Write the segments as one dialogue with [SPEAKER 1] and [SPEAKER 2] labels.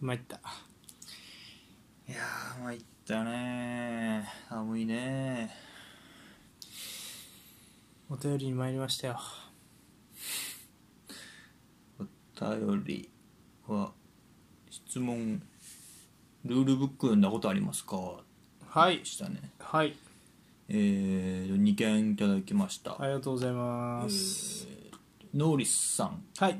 [SPEAKER 1] 参った
[SPEAKER 2] いやー参ったねー寒いね
[SPEAKER 1] お便りに参りましたよ
[SPEAKER 2] ーお便りは質問ルールブック読んだことありますか
[SPEAKER 1] はい
[SPEAKER 2] でしたね
[SPEAKER 1] はい
[SPEAKER 2] えー、2件いただきました、
[SPEAKER 1] ありがとうございます、
[SPEAKER 2] ノーリスさん
[SPEAKER 1] はい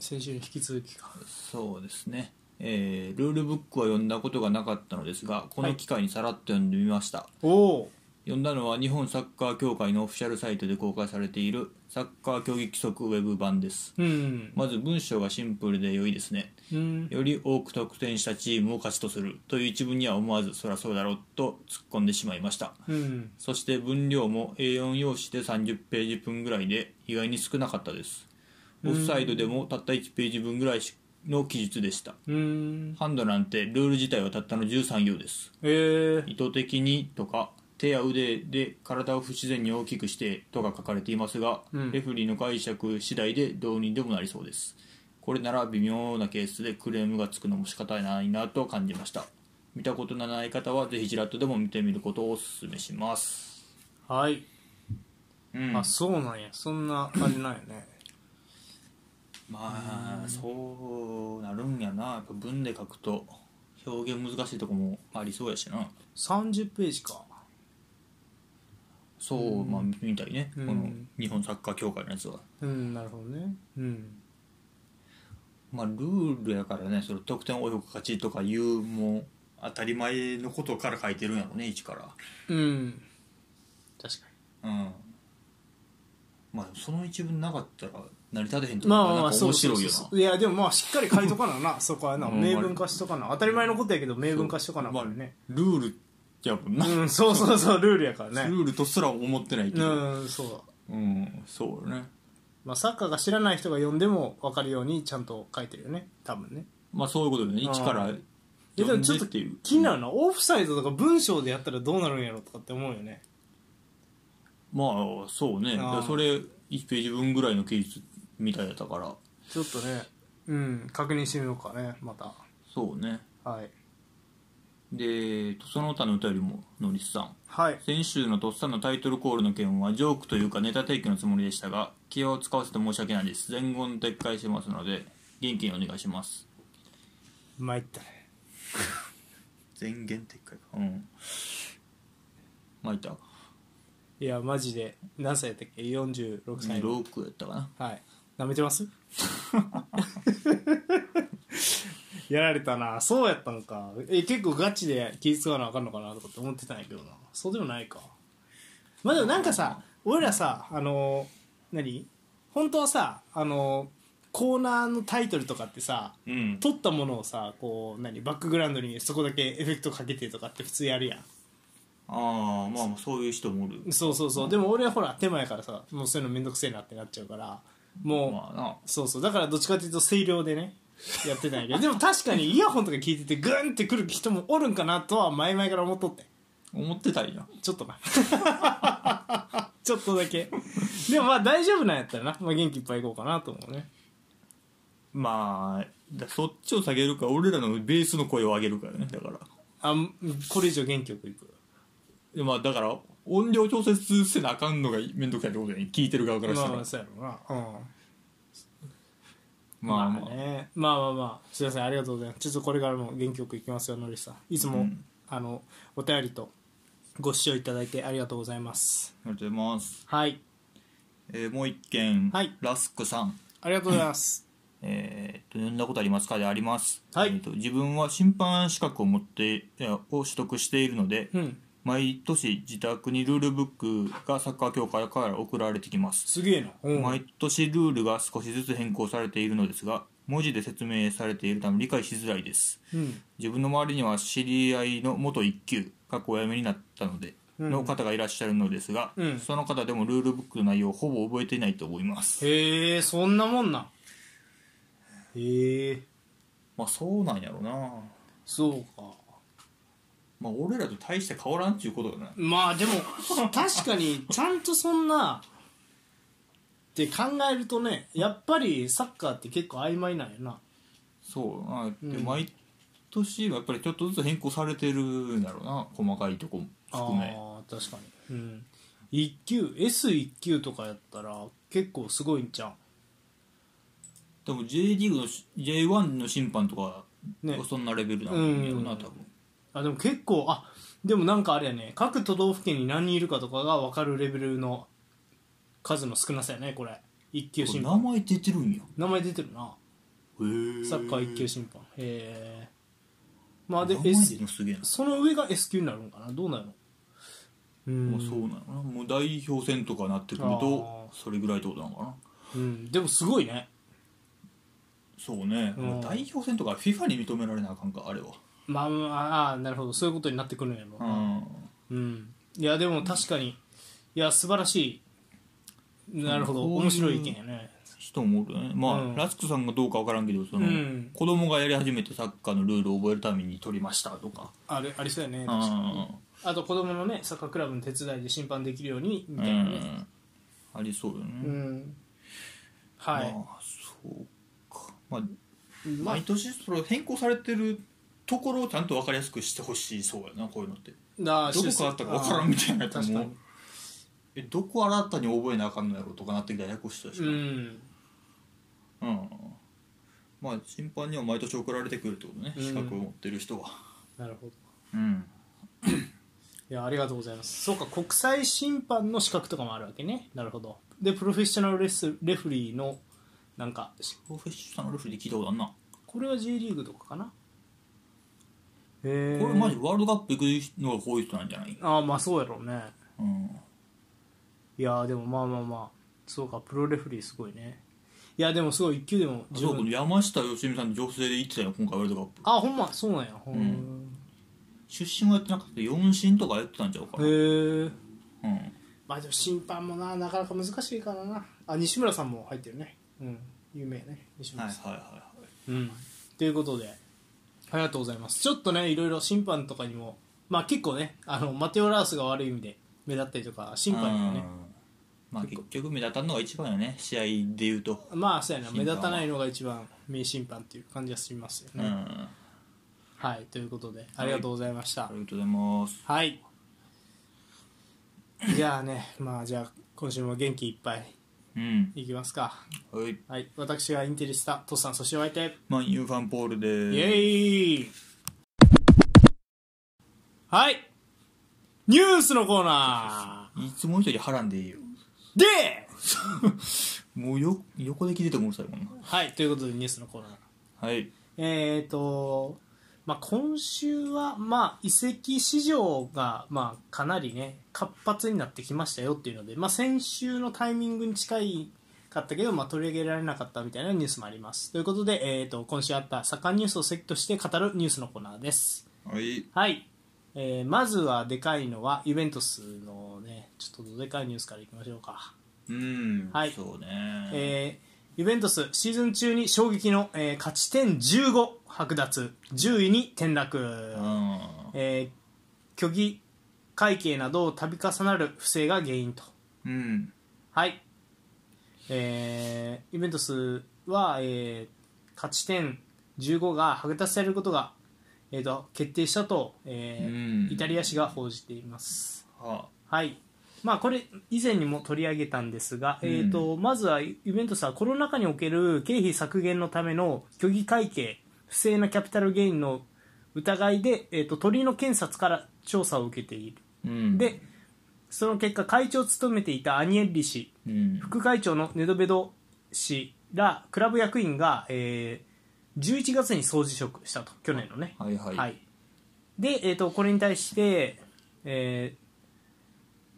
[SPEAKER 1] 先週に引き続きか
[SPEAKER 2] そうですね、えールールブックは読んだことがなかったのですがこ
[SPEAKER 1] は
[SPEAKER 2] の
[SPEAKER 1] い
[SPEAKER 2] 機会にさらっと読んでみました、
[SPEAKER 1] おお
[SPEAKER 2] 読んだのは日本サッカー協会のオフィシャルサイトで公開されているサッカー競技規則ウェブ版です
[SPEAKER 1] うん
[SPEAKER 2] まず文章がシンプルで良いですね
[SPEAKER 1] うん
[SPEAKER 2] より多く得点したチームを勝ちとするという一文には思わずそりゃそうだろうと突っ込んでしまいました
[SPEAKER 1] うん
[SPEAKER 2] そして分量も A4 用紙で30ページ分ぐらいで意外に少なかったですオフサイドでもたった1ページ分ぐらいの記述でした
[SPEAKER 1] うん
[SPEAKER 2] ハンドなんてルール自体はたったの13行です
[SPEAKER 1] えー、
[SPEAKER 2] 意図的にとか手や腕で体を不自然に大きくしてとか書かれていますが、
[SPEAKER 1] うん
[SPEAKER 2] レフリーの解釈次第でどうにでもなりそうですこれなら微妙なケースでクレームがつくのも仕方ないなと感じました見たことのない方はぜひちらっとでも見てみることをお勧めします
[SPEAKER 1] はい、
[SPEAKER 2] うん
[SPEAKER 1] あそうなんやそんなあれなんやね
[SPEAKER 2] まあそうなるんやなやっぱ文で書くと表現難しいとこもありそうやしな
[SPEAKER 1] 30ページか
[SPEAKER 2] そう、まあみたいね、
[SPEAKER 1] うん
[SPEAKER 2] この日本サッカー協会のやつは
[SPEAKER 1] うんなるほどねうん
[SPEAKER 2] まあ、ルールやからねその得点をよく勝ちとかいうもう当たり前のことから書いてるんやろね一から
[SPEAKER 1] うん確か
[SPEAKER 2] うんまあその一文なかったら成り立てへんと
[SPEAKER 1] に
[SPEAKER 2] か
[SPEAKER 1] ま
[SPEAKER 2] な
[SPEAKER 1] あま
[SPEAKER 2] ん
[SPEAKER 1] あ
[SPEAKER 2] か
[SPEAKER 1] そう
[SPEAKER 2] 面
[SPEAKER 1] そう
[SPEAKER 2] 白
[SPEAKER 1] そう
[SPEAKER 2] いよな
[SPEAKER 1] そういやでもまあしっかり書いとかななそこは な
[SPEAKER 2] うん
[SPEAKER 1] 明文化しとかな当たり前のことやけど明文化しとかなあ
[SPEAKER 2] ま
[SPEAKER 1] か
[SPEAKER 2] あ
[SPEAKER 1] んね
[SPEAKER 2] ルールやもんな、
[SPEAKER 1] うんそうそうそうルールやからね
[SPEAKER 2] ルールとすら思ってないけど
[SPEAKER 1] うんそう
[SPEAKER 2] うん、そうよね
[SPEAKER 1] まあ、サッカーが知らない人が読んでも分かるようにちゃんと書いてるよね多分ね
[SPEAKER 2] まあそういうことだよね
[SPEAKER 1] うん
[SPEAKER 2] 一から
[SPEAKER 1] いやで
[SPEAKER 2] 読
[SPEAKER 1] も
[SPEAKER 2] ん
[SPEAKER 1] ちょ
[SPEAKER 2] で
[SPEAKER 1] っと
[SPEAKER 2] っていう
[SPEAKER 1] 気になるな、オフサイドとか文章でやったらどうなるんやろとかって思うよね
[SPEAKER 2] まあそうね
[SPEAKER 1] あー
[SPEAKER 2] だからそれ1ページ分ぐらいの記述みたいだったから
[SPEAKER 1] ちょっとねうん確認してみようかねまた
[SPEAKER 2] そうね
[SPEAKER 1] はい
[SPEAKER 2] でその他の歌よりもノリスさん
[SPEAKER 1] はい
[SPEAKER 2] 先週のとっさのタイトルコールの件はジョークというかネタ提供のつもりでしたが気を使わせて申し訳ないです前言撤回しますので元気にお願いします
[SPEAKER 1] 参ったね
[SPEAKER 2] 前言撤回かうんまいた
[SPEAKER 1] いやマジで何歳やったっけ46歳
[SPEAKER 2] ロークやったかな
[SPEAKER 1] はいなめてます やられたなそうやったのかえ結構ガチで気使わなあかんのかなとかって思ってたんやけどなそうでもないかまあでもなんかさ俺らさあの何本当はさあのコーナーのタイトルとかってさ
[SPEAKER 2] うん
[SPEAKER 1] 撮ったものをさこう何バックグラウンドにそこだけエフェクトかけてとかって普通やるやん
[SPEAKER 2] ああまあまあそういう人もおる
[SPEAKER 1] そうそうそうでも俺はほら手前からさもうそういうのめんどくせえなってなっちゃうからもう、
[SPEAKER 2] まあな
[SPEAKER 1] そうそうだからどっちかっていうと声量でねやってたんやけどでも確かにイヤホンとか聞いててグンってくる人もおるんかなとは前々から思っとって
[SPEAKER 2] 思ってたんや
[SPEAKER 1] ちょっとな ちょっとだけでもまあ大丈夫なんやったらな、まあ、元気いっぱいいこうかなと思うね
[SPEAKER 2] まあだそっちを下げるか俺らのベースの声を上げるからねだから
[SPEAKER 1] あんこれ以上元気よくいく
[SPEAKER 2] でまあだから音量調節せなあかんのが面倒くさいってことやね聞いてる側からし
[SPEAKER 1] まあ
[SPEAKER 2] たら
[SPEAKER 1] まあそうやろうなうん
[SPEAKER 2] まあまあ
[SPEAKER 1] ねまあまあまあすいませんありがとうございますちょっとこれからも元気よくいきますよのりさんいつも、
[SPEAKER 2] うん
[SPEAKER 1] あのお便りとご視聴いただいてありがとうございます
[SPEAKER 2] ありがとうございます
[SPEAKER 1] はい
[SPEAKER 2] えーもう一件、
[SPEAKER 1] はい
[SPEAKER 2] ラスクさん、
[SPEAKER 1] ありがとうございます
[SPEAKER 2] えー、と読んだことありますかであります、
[SPEAKER 1] はい
[SPEAKER 2] えーと自分は審判資格を持っていやを取得しているので、
[SPEAKER 1] うん
[SPEAKER 2] 毎年自宅にルールブックがサッカー協会から送られてきます、
[SPEAKER 1] すげえな、うん
[SPEAKER 2] 毎年ルールが少しずつ変更されているのですが文字で説明されているため理解しづらいです
[SPEAKER 1] うん
[SPEAKER 2] 自分の周りには知り合いの元一級過去お辞めになったので
[SPEAKER 1] うん
[SPEAKER 2] の方がいらっしゃるのですが、
[SPEAKER 1] うん
[SPEAKER 2] その方でもルールブックの内容をほぼ覚えていないと思います
[SPEAKER 1] へえそんなもんなんへえ
[SPEAKER 2] まあそうなんやろな
[SPEAKER 1] そうか
[SPEAKER 2] まあ俺らと大して変わらんっちゅうことだね
[SPEAKER 1] まあでも確かにちゃんとそんなって考えるとねやっぱりサッカーって結構曖昧なんやな
[SPEAKER 2] そうなで、
[SPEAKER 1] うん
[SPEAKER 2] 毎年はやっぱりちょっとずつ変更されてるんだろうな細かいとこも含め
[SPEAKER 1] ああ確かにうん一級 S1 級とかやったら結構すごいんちゃ
[SPEAKER 2] でも J リーグのし J1 の審判とか
[SPEAKER 1] うね
[SPEAKER 2] はそんなレベルなんだよな、
[SPEAKER 1] うん
[SPEAKER 2] 多分
[SPEAKER 1] あでも結構あでもなんかあれやね各都道府県に何人いるかとかが分かるレベルの数の少なさやねこれ一級審
[SPEAKER 2] 名
[SPEAKER 1] 判
[SPEAKER 2] 前出てるんや
[SPEAKER 1] 名前出てるな
[SPEAKER 2] へえ
[SPEAKER 1] サッカー一級審判へえまあで
[SPEAKER 2] 名前
[SPEAKER 1] S
[SPEAKER 2] 出るのすげえな
[SPEAKER 1] その上が S 級になるのかなどうなるのうん
[SPEAKER 2] もうそうなのかなもう代表戦とかなってくると
[SPEAKER 1] あ
[SPEAKER 2] それぐらいってことなのかな
[SPEAKER 1] うん、でもすごいね
[SPEAKER 2] そうね、
[SPEAKER 1] うん
[SPEAKER 2] 代表戦とか FIFA に認められなあかんかあれは
[SPEAKER 1] まあまああーなるほどそういうことになってくるんやろう
[SPEAKER 2] う
[SPEAKER 1] なんうん、いやでも確かに、いや素晴らしいなるほど
[SPEAKER 2] こういう
[SPEAKER 1] 面白い意見やね
[SPEAKER 2] 人もおるよねまあ、
[SPEAKER 1] うん
[SPEAKER 2] ラスクさんがどうかわからんけどその、
[SPEAKER 1] うん
[SPEAKER 2] 子供がやり始めてサッカーのルールを覚えるために取りましたとか
[SPEAKER 1] あれありそうやね
[SPEAKER 2] うん
[SPEAKER 1] あと子供のねサッカークラブの手伝いで審判できるようにみ
[SPEAKER 2] う
[SPEAKER 1] たいなね
[SPEAKER 2] んありそうよね、
[SPEAKER 1] うん、はい、
[SPEAKER 2] まあそうかまあ
[SPEAKER 1] まあ
[SPEAKER 2] 毎年それ変更されてるところをちゃんと分かりやすくしてほしいそうやなこういうのって
[SPEAKER 1] だ
[SPEAKER 2] どこ変わったか分からんみたいなやつ
[SPEAKER 1] 確か
[SPEAKER 2] も
[SPEAKER 1] に
[SPEAKER 2] えどこ新たに覚えなあかんのやろとかなってきたらややこしいでし
[SPEAKER 1] う
[SPEAKER 2] ょ
[SPEAKER 1] ん
[SPEAKER 2] うんまあ審判には毎年送られてくるってことね、
[SPEAKER 1] うん
[SPEAKER 2] 資格を持ってる人は
[SPEAKER 1] なるほど
[SPEAKER 2] うん
[SPEAKER 1] いやありがとうございますそうか国際審判の資格とかもあるわけねなるほどでプロフェッショナルレスレフリーのなんか
[SPEAKER 2] プロフェッショナルレフェリー聞いたことあんな、
[SPEAKER 1] これは J リーグとかかなへえ
[SPEAKER 2] これマジワールドカップ行くのがこういう人なんじゃない、
[SPEAKER 1] ああまあそうやろうね
[SPEAKER 2] うん、
[SPEAKER 1] いやーでもまあまあまあそうかプロレフェリーすごいねいやでもすごい1級でも十
[SPEAKER 2] そうこ
[SPEAKER 1] 分
[SPEAKER 2] の山下良美さん女性で行ってたよ今回ワールドカップ
[SPEAKER 1] あほんまそうなんやほん
[SPEAKER 2] 出身はやってなくて4審とかやってたんちゃうかな、
[SPEAKER 1] へえ
[SPEAKER 2] うん、
[SPEAKER 1] まあでも審判もななかなか難しいからなあ西村さんも入ってるねうん有名やね西
[SPEAKER 2] はいはい
[SPEAKER 1] 村さん、
[SPEAKER 2] はいはい
[SPEAKER 1] うんということでありがとうございますちょっとねいろいろ審判とかにもまあ結構ねあのマテオ・ラースが悪い意味で目立ったりとか審判にもね
[SPEAKER 2] うんまあ結局目立たんのが一番よね試合で言うと、
[SPEAKER 1] まあそうやな
[SPEAKER 2] 審
[SPEAKER 1] 目
[SPEAKER 2] 判は
[SPEAKER 1] 立たないのが一番名審判っていう感じがしますよ
[SPEAKER 2] う
[SPEAKER 1] ね、
[SPEAKER 2] ん、あ
[SPEAKER 1] はいということでありがとうございました、
[SPEAKER 2] りがとうございます
[SPEAKER 1] はい。じゃあね、まあじゃあ今週も元気いっぱい
[SPEAKER 2] うん
[SPEAKER 1] いきますか。
[SPEAKER 2] はい
[SPEAKER 1] はい、私がインテリスタ、トッさん、そしてお相手、
[SPEAKER 2] マン・ユーファン・ポールで
[SPEAKER 1] イエー
[SPEAKER 2] ー
[SPEAKER 1] イはいニュースのコーナ
[SPEAKER 2] いつもの人よりはらんでいいよ
[SPEAKER 1] ーで
[SPEAKER 2] もうよ横で聞いててもうるさいもんな
[SPEAKER 1] はい、ということでニュースのコーナー。
[SPEAKER 2] はい
[SPEAKER 1] えっ、ー、と、まあ、今週は、まあ、移籍市場が、まあ、かなりね、活発になってきましたよっていうので、まあ、先週のタイミングに近いかったけど、まあ、取り上げられなかったみたいなニュースもあります。ということで、えっ、と、今週あった盛んニュースをセットして語るニュースのコーナーです。
[SPEAKER 2] はい
[SPEAKER 1] はい。えーまずはでかいのは、ユベントスのね、ちょっとどでかいニュースからいきましょうか。
[SPEAKER 2] うん、
[SPEAKER 1] はい
[SPEAKER 2] そうね
[SPEAKER 1] えーユベントスシーズン中に衝撃の、えー勝ち点15剥奪10位に転落
[SPEAKER 2] う、ん
[SPEAKER 1] えー虚偽会計などを度重なる不正が原因と
[SPEAKER 2] うん
[SPEAKER 1] はい、えーユベントスは、えー勝ち点15が剥奪されることが、えーと決定したと、えー
[SPEAKER 2] うん
[SPEAKER 1] イタリア紙が報じています
[SPEAKER 2] は
[SPEAKER 1] はいまあ、これ以前にも取り上げたんですが、
[SPEAKER 2] うん
[SPEAKER 1] えー、とまずはユベントスはコロナ禍における経費削減のための虚偽会計不正なキャピタルゲインの疑いで、えー、と鳥の検察から調査を受けている
[SPEAKER 2] うん
[SPEAKER 1] でその結果会長を務めていたアニエッリ氏
[SPEAKER 2] うん
[SPEAKER 1] 副会長のネドベド氏らクラブ役員が、えー11月に総辞職したと去年のね、
[SPEAKER 2] はいはい
[SPEAKER 1] はい、で、えー、とこれに対して、えー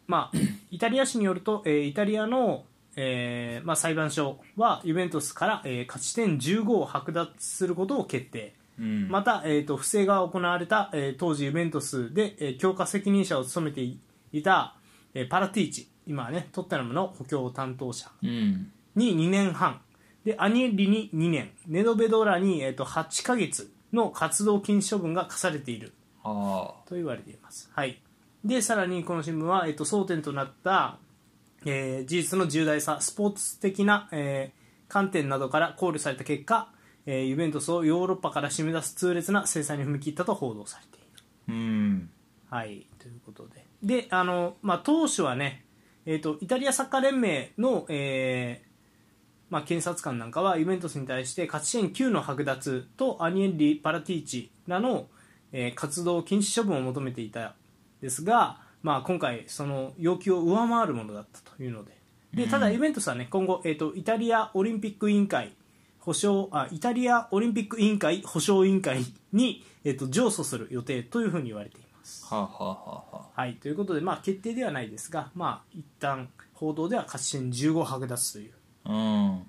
[SPEAKER 1] まあ、 イタリア紙によると、えーイタリアの、えーまあ、裁判所はユベントスから、えー勝ち点15を剥奪することを決定
[SPEAKER 2] うん
[SPEAKER 1] また、えー、と不正が行われた、えー当時ユベントスで、えー強化責任者を務めていた、えーパラティーチ今はねトッテナムの補強担当者
[SPEAKER 2] うん
[SPEAKER 1] に2年半でアニエリに2年ネドベドラに、えー、と8ヶ月の活動禁止処分が課されている
[SPEAKER 2] はあ
[SPEAKER 1] と言われています、はい、でさらにこの新聞は、えっと、争点となった、えー事実の重大さスポーツ的な、えー観点などから考慮された結果、えーユベントスをヨーロッパから締め出す痛烈な制裁に踏み切ったと報道されている。
[SPEAKER 2] うん
[SPEAKER 1] はい、ということで。で、あの、まあ、当初はね、えっ、と、イタリアサッカー連盟の、えーまあ、検察官なんかは、ユベントスに対して勝ち点9の剥奪とアニエッリ・パラティーチらの、えー活動禁止処分を求めていたですが、まあ、今回、その要求を上回るものだったというので。でただ、ユベントスはね、今後、えっ、と、イタリアオリンピック委員会、保証あイタリアオリンピック委員会保証委員会に、えっと上訴する予定というふうに言われています。
[SPEAKER 2] はあ、はあはあはあ、
[SPEAKER 1] はい、ということで、まあ、決定ではないですが、まあ、一旦報道では勝ち点15剥奪という、
[SPEAKER 2] うん、
[SPEAKER 1] は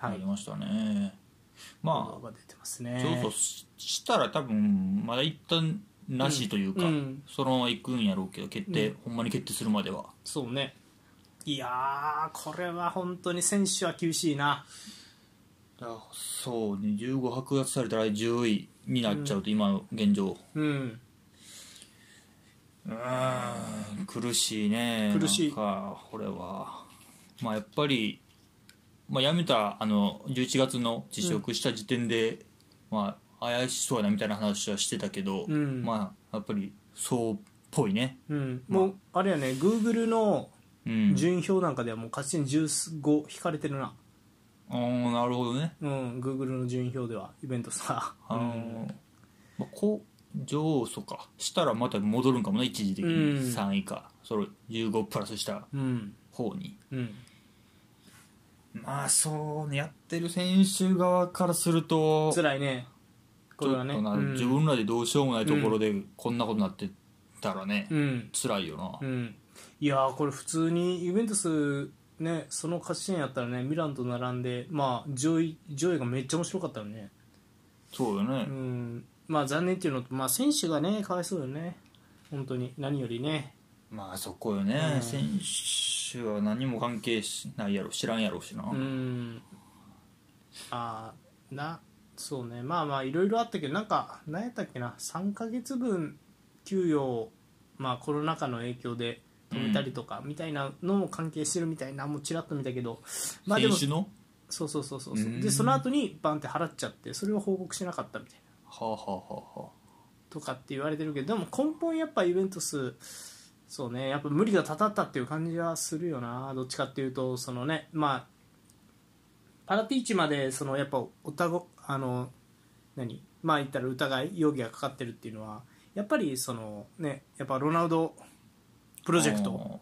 [SPEAKER 2] ないり、ましたね
[SPEAKER 1] 報
[SPEAKER 2] ま
[SPEAKER 1] 道
[SPEAKER 2] あ
[SPEAKER 1] が出てますね。
[SPEAKER 2] 上訴ししたら多分まだ一旦なしというか、
[SPEAKER 1] うんうん
[SPEAKER 2] そのまま行くんやろうけど決定、
[SPEAKER 1] うん
[SPEAKER 2] ほんまに決定するまでは
[SPEAKER 1] そうね。いやー、これは本当に選手は厳しいな。
[SPEAKER 2] だからそうね15剥奪されたら10位になっちゃうと、今の現状
[SPEAKER 1] うん、
[SPEAKER 2] うん苦しいね
[SPEAKER 1] 苦しい
[SPEAKER 2] なんかこれはまあやっぱり、まあ、辞めたあの11月の辞職した時点で、まあ怪しそうやなみたいな話はしてたけど、
[SPEAKER 1] うん
[SPEAKER 2] まあやっぱりそうっぽいね
[SPEAKER 1] うん、もう、あれやね、グーグルの
[SPEAKER 2] うん
[SPEAKER 1] 順位表なんかではもう勝ち点15引かれてるな。
[SPEAKER 2] あーなるほどね
[SPEAKER 1] うん、グーグルの順位表では、イベントさ。
[SPEAKER 2] あの、まあ、こう上訴かしたらまた戻るんかもね一時的に
[SPEAKER 1] うん
[SPEAKER 2] 3位か、それ15プラスした
[SPEAKER 1] うん、
[SPEAKER 2] 方に
[SPEAKER 1] うん、
[SPEAKER 2] まあそうねやってる選手側からすると
[SPEAKER 1] 辛いね。これはね。
[SPEAKER 2] ちょっとな
[SPEAKER 1] うん
[SPEAKER 2] 自分らでどうしようもないところでこんなことになってたらね、
[SPEAKER 1] うん、
[SPEAKER 2] 辛いよな、
[SPEAKER 1] うん、いやーこれ普通にユベントスねその勝ち点やったらねミランと並んでまあ上位上位がめっちゃ面白かったよね
[SPEAKER 2] そうよね、
[SPEAKER 1] うんまあ残念っていうのとまあ選手がねかわいそうよね本当に何よりね
[SPEAKER 2] まあそこよね、
[SPEAKER 1] うん
[SPEAKER 2] 選手は何も関係しないやろ知らんやろうしな、
[SPEAKER 1] うんああなそうねまあまあいろいろあったけどなんか何やったっけな3ヶ月分給与をまあコロナ禍の影響で止めたりとかみたいなのも関係してるみたいなもうちらっと見たけどまあで
[SPEAKER 2] 選
[SPEAKER 1] も
[SPEAKER 2] 手の
[SPEAKER 1] そうそうそうそうそう
[SPEAKER 2] ーん
[SPEAKER 1] でその後にバンって払っちゃってそれを報告しなかったみたいな
[SPEAKER 2] はあはあはあは
[SPEAKER 1] とかって言われてるけどでも根本やっぱイベントスそうねやっぱ無理がたたったっていう感じはするよなどっちかっていうとそのねまあパラティーチまでそのやっぱおたごあの何まあ言ったら疑い容疑がかかってるっていうのはやっぱりそのねやっぱロナウドプ
[SPEAKER 2] プ
[SPEAKER 1] ロジェクト
[SPEAKER 2] は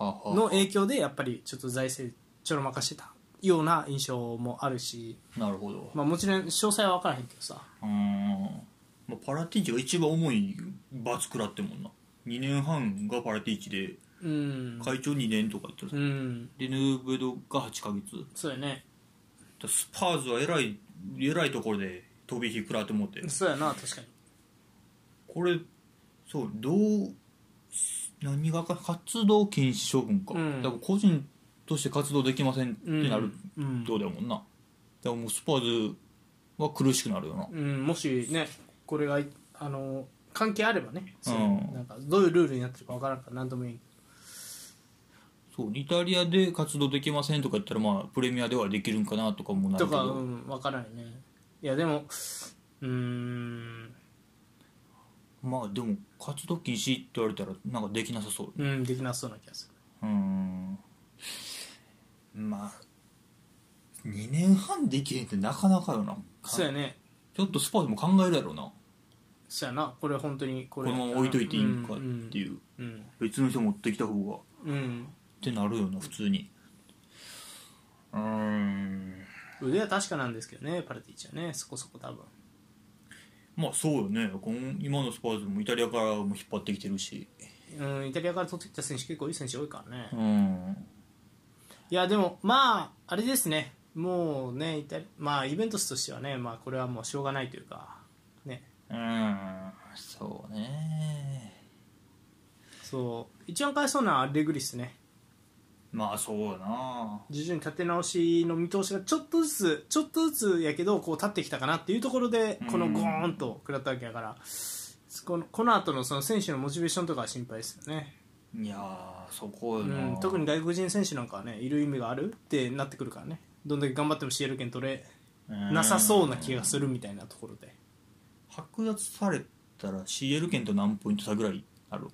[SPEAKER 2] あはあ
[SPEAKER 1] の影響でやっぱりちょっと財政ちょろまかしてたような印象もあるし
[SPEAKER 2] なるほど、
[SPEAKER 1] まあ、もちろん詳細は分からへんけどさ
[SPEAKER 2] うーんまあ、パラティーチが一番重い罰食らってんもんな2年半がパラティーチで
[SPEAKER 1] うん
[SPEAKER 2] 会長2年とか言って
[SPEAKER 1] う
[SPEAKER 2] る、
[SPEAKER 1] ん
[SPEAKER 2] でヌーベドが8ヶ月
[SPEAKER 1] そうやね
[SPEAKER 2] だスパーズはえらいえらいところで飛び火食らって思って
[SPEAKER 1] そうやな確かに
[SPEAKER 2] これそうどう何がか活動禁止処分か、
[SPEAKER 1] うん
[SPEAKER 2] 多分個人として活動できませんって
[SPEAKER 1] うん
[SPEAKER 2] なる
[SPEAKER 1] うん
[SPEAKER 2] どうだもんな、でももうスパーズは苦しくなるよな
[SPEAKER 1] うん、もしねこれがあの関係あればねそう
[SPEAKER 2] うん
[SPEAKER 1] なんかどういうルールになってるか分からんから何とも言えん
[SPEAKER 2] そうイタリアで活動できませんとか言ったらまあプレミアではできるんかなとかもなる
[SPEAKER 1] と
[SPEAKER 2] け
[SPEAKER 1] か、
[SPEAKER 2] ど、
[SPEAKER 1] うん、分からないねいやでもうーん、
[SPEAKER 2] まあでも活動禁止って言われたらなんかできなさそう
[SPEAKER 1] うん、できなそうな気がす
[SPEAKER 2] うーんまあ2年半できへんってなかなかよな
[SPEAKER 1] るそうやね
[SPEAKER 2] ちょっとスパーズも考えるやろうな
[SPEAKER 1] そうやなこれ本当にこ
[SPEAKER 2] こ
[SPEAKER 1] れ
[SPEAKER 2] のまま置いといていいんかっていう、
[SPEAKER 1] うん
[SPEAKER 2] 別の人持ってきた方がっ
[SPEAKER 1] うん、
[SPEAKER 2] てなるよな普通にうーん
[SPEAKER 1] うん、腕は確かなんですけどねパルティーチはねそこそこ多分
[SPEAKER 2] まあそうよねこの今のスパーズもイタリアからも引っ張ってきてるし
[SPEAKER 1] うん、イタリアから取ってきた選手結構いい選手多いからね、
[SPEAKER 2] う
[SPEAKER 1] い
[SPEAKER 2] ん
[SPEAKER 1] やでもまああれですねもうねイタリまあイベントスとしてはねまあこれはもうしょうがないというかね
[SPEAKER 2] うんそうね
[SPEAKER 1] そう一番かわいそうなのはアレグリスね
[SPEAKER 2] まあそうやな
[SPEAKER 1] 徐々に立て直しの見通しがちょっとずつちょっとずつやけどこう立ってきたかなっていうところでこのゴーンと食らったわけだからこのこの後のその選手のモチベーションとかは心配ですよね、
[SPEAKER 2] いやーそこ
[SPEAKER 1] う
[SPEAKER 2] よな、
[SPEAKER 1] ん、特に外国人選手なんかはねいる意味があるってなってくるからねどんだけ頑張っても CL 権取れなさそう
[SPEAKER 2] な
[SPEAKER 1] な気がするみたいなところで
[SPEAKER 2] 剥奪されたら CL 権と何ポイント差ぐらいある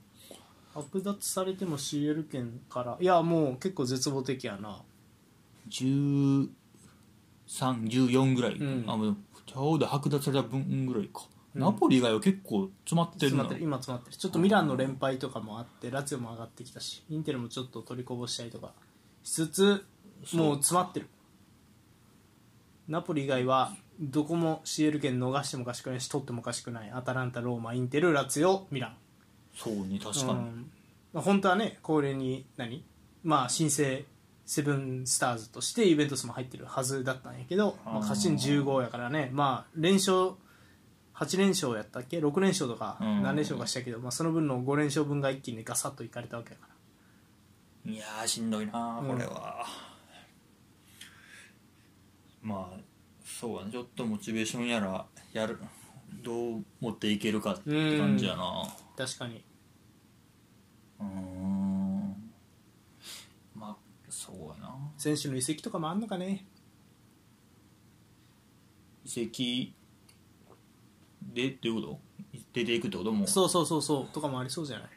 [SPEAKER 1] 剥奪されても CL 権からいやもう結構絶望的やな
[SPEAKER 2] 1314ぐらい、
[SPEAKER 1] うん
[SPEAKER 2] あもうちょうど剥奪された分ぐらいか、ナポリ以外は結構詰まってる
[SPEAKER 1] 詰
[SPEAKER 2] な
[SPEAKER 1] まってる今詰まってるちょっとミランの連敗とかもあってラツィオも上がってきたしインテルもちょっと取りこぼしたりとかしつつもう詰まってるナポリ以外はどこも CL 権逃してもおかしくないし取ってもおかしくないアタランタローマインテルラツィオミラン
[SPEAKER 2] そうね確
[SPEAKER 1] う
[SPEAKER 2] かに、
[SPEAKER 1] んまあ、本当はねこれに何まあ新生セブンスターズとしてイベントスも入ってるはずだったんやけど、まあ、
[SPEAKER 2] あー
[SPEAKER 1] 勝ちに15やからねまあ連勝8連勝やったっけ6連勝とか
[SPEAKER 2] うん
[SPEAKER 1] 何連勝かしたけど、まあ、その分の5連勝分が一気にガサッといかれたわけやから
[SPEAKER 2] いやーしんどいなーこれは、まあそうだねちょっとモチベーションやらやるどう持っていけるかって感じやな
[SPEAKER 1] 確かに
[SPEAKER 2] うーんまあそうやな
[SPEAKER 1] 選手の移籍とかもあんのかね
[SPEAKER 2] 移籍でっていうこと出ていくってことも
[SPEAKER 1] そうそうそうそうとかもありそうじゃない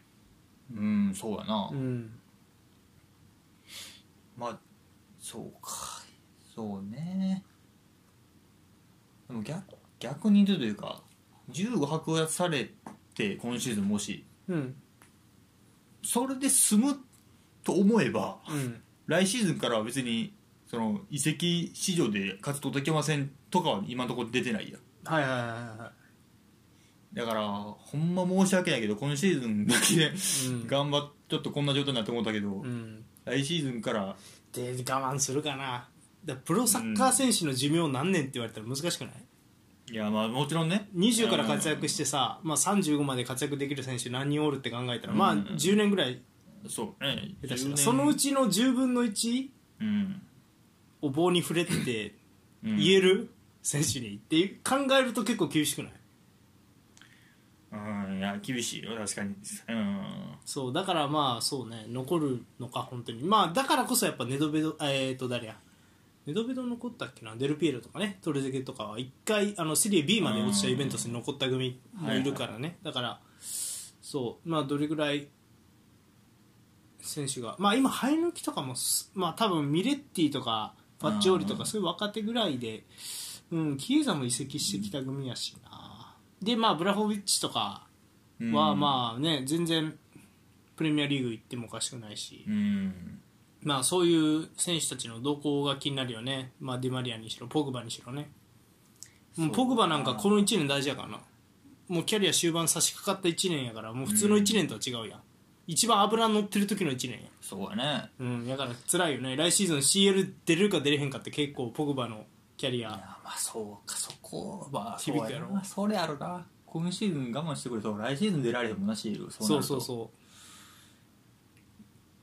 [SPEAKER 2] うんそうやな、
[SPEAKER 1] うん
[SPEAKER 2] まあそうかそうねでも逆逆に言うというか15剥奪されて今シーズンもし
[SPEAKER 1] うん
[SPEAKER 2] それで済むと思えば
[SPEAKER 1] うん
[SPEAKER 2] 来シーズンからは別にその移籍市場で活動できませんとかは今のところ出てないやん
[SPEAKER 1] はいはいはいは
[SPEAKER 2] だからほんま申し訳ないけど今シーズンだけで
[SPEAKER 1] いうん
[SPEAKER 2] 頑張っちょっとこんな状態になって思ったけど、
[SPEAKER 1] うん
[SPEAKER 2] 来シーズンから
[SPEAKER 1] で我慢するかなだからプロサッカー選手の寿命何年って言われたら難しくない、
[SPEAKER 2] いやまあもちろんね
[SPEAKER 1] 20から活躍してさ、まあ、35まで活躍できる選手何人おるって考えたら、まあ
[SPEAKER 2] うん
[SPEAKER 1] 10年ぐらい
[SPEAKER 2] そうね
[SPEAKER 1] 下手し
[SPEAKER 2] 10
[SPEAKER 1] たら
[SPEAKER 2] 年
[SPEAKER 1] そのうちの10分の1
[SPEAKER 2] うん、
[SPEAKER 1] を棒に触れてて
[SPEAKER 2] うん
[SPEAKER 1] 言える選手にって考えると結構厳しくない
[SPEAKER 2] うんいや厳しいよ確かにうん
[SPEAKER 1] そうだからまあそうね残るのか本当にまあだからこそやっぱネドベドあえっ、と誰やネドベド残ったっけなデルピエロとかねトレゼケとかは1回あのセリエ B まで落ちたイベントスに残った組もいるからね、だからそうまあどれぐらい選手がまあ今生え抜きとかもすまあ多分ミレッティとかパッチオーリと
[SPEAKER 2] う
[SPEAKER 1] か
[SPEAKER 2] ん
[SPEAKER 1] そういう若手ぐらいでうんキエザも移籍してきた組やしなでまあブラホビッチとか
[SPEAKER 2] うん
[SPEAKER 1] はまあね全然プレミアリーグ行ってもおかしくないし、
[SPEAKER 2] うん
[SPEAKER 1] まあそういう選手たちの動向が気になるよね、まあ、ディマリアにしろポグバにしろねもう
[SPEAKER 2] そう
[SPEAKER 1] ポグバなんかこの1年大事やからなもうキャリア終盤差し掛かった1年やからもう普通の1年とは違うやん、一番脂乗ってる時の1年や
[SPEAKER 2] そうやね
[SPEAKER 1] うんだから辛いよね来シーズン CL 出れるか出れへんかって結構ポグバのキャリ
[SPEAKER 2] い
[SPEAKER 1] ア
[SPEAKER 2] やまあそうかそこは
[SPEAKER 1] 響くやろ
[SPEAKER 2] そうなそれやろな今シーズン我慢してくれそう来シーズン出られてもなシール
[SPEAKER 1] そうそう
[SPEAKER 2] う
[SPEAKER 1] そ
[SPEAKER 2] なると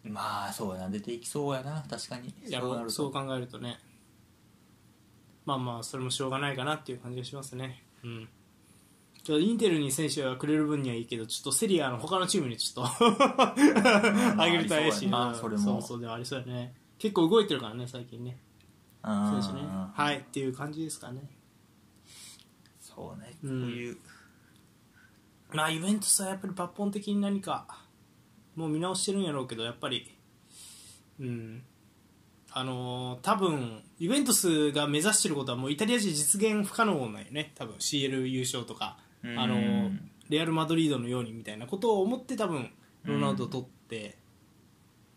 [SPEAKER 2] まあそうやな出ていきそうやな確かに
[SPEAKER 1] うやっ
[SPEAKER 2] そうな
[SPEAKER 1] ぱ
[SPEAKER 2] る
[SPEAKER 1] そう
[SPEAKER 2] と
[SPEAKER 1] 考えるとねまあまあそれもしょうがないかなっていう感じがしますねうんちょインテルに選手がくれる分にはいいけどちょっとセリアの他のチームにちょっと
[SPEAKER 2] うん
[SPEAKER 1] あげると怪しい
[SPEAKER 2] ま
[SPEAKER 1] な
[SPEAKER 2] あそれ
[SPEAKER 1] そ
[SPEAKER 2] も
[SPEAKER 1] うそうでもありそうだね結構動いてるからね最近ねそうですね
[SPEAKER 2] うん
[SPEAKER 1] はいっていう感じですかね
[SPEAKER 2] そうねこ
[SPEAKER 1] う
[SPEAKER 2] うんいう
[SPEAKER 1] まあイベントスはやっぱり抜本的に何かもう見直してるんやろうけどやっぱりうんあのー多分イベントスが目指してることはもうイタリア人実現不可能なんよね多分 CL 優勝とか
[SPEAKER 2] うん
[SPEAKER 1] あのーレアル・マドリードのようにみたいなことを思って多分ロナウドを取って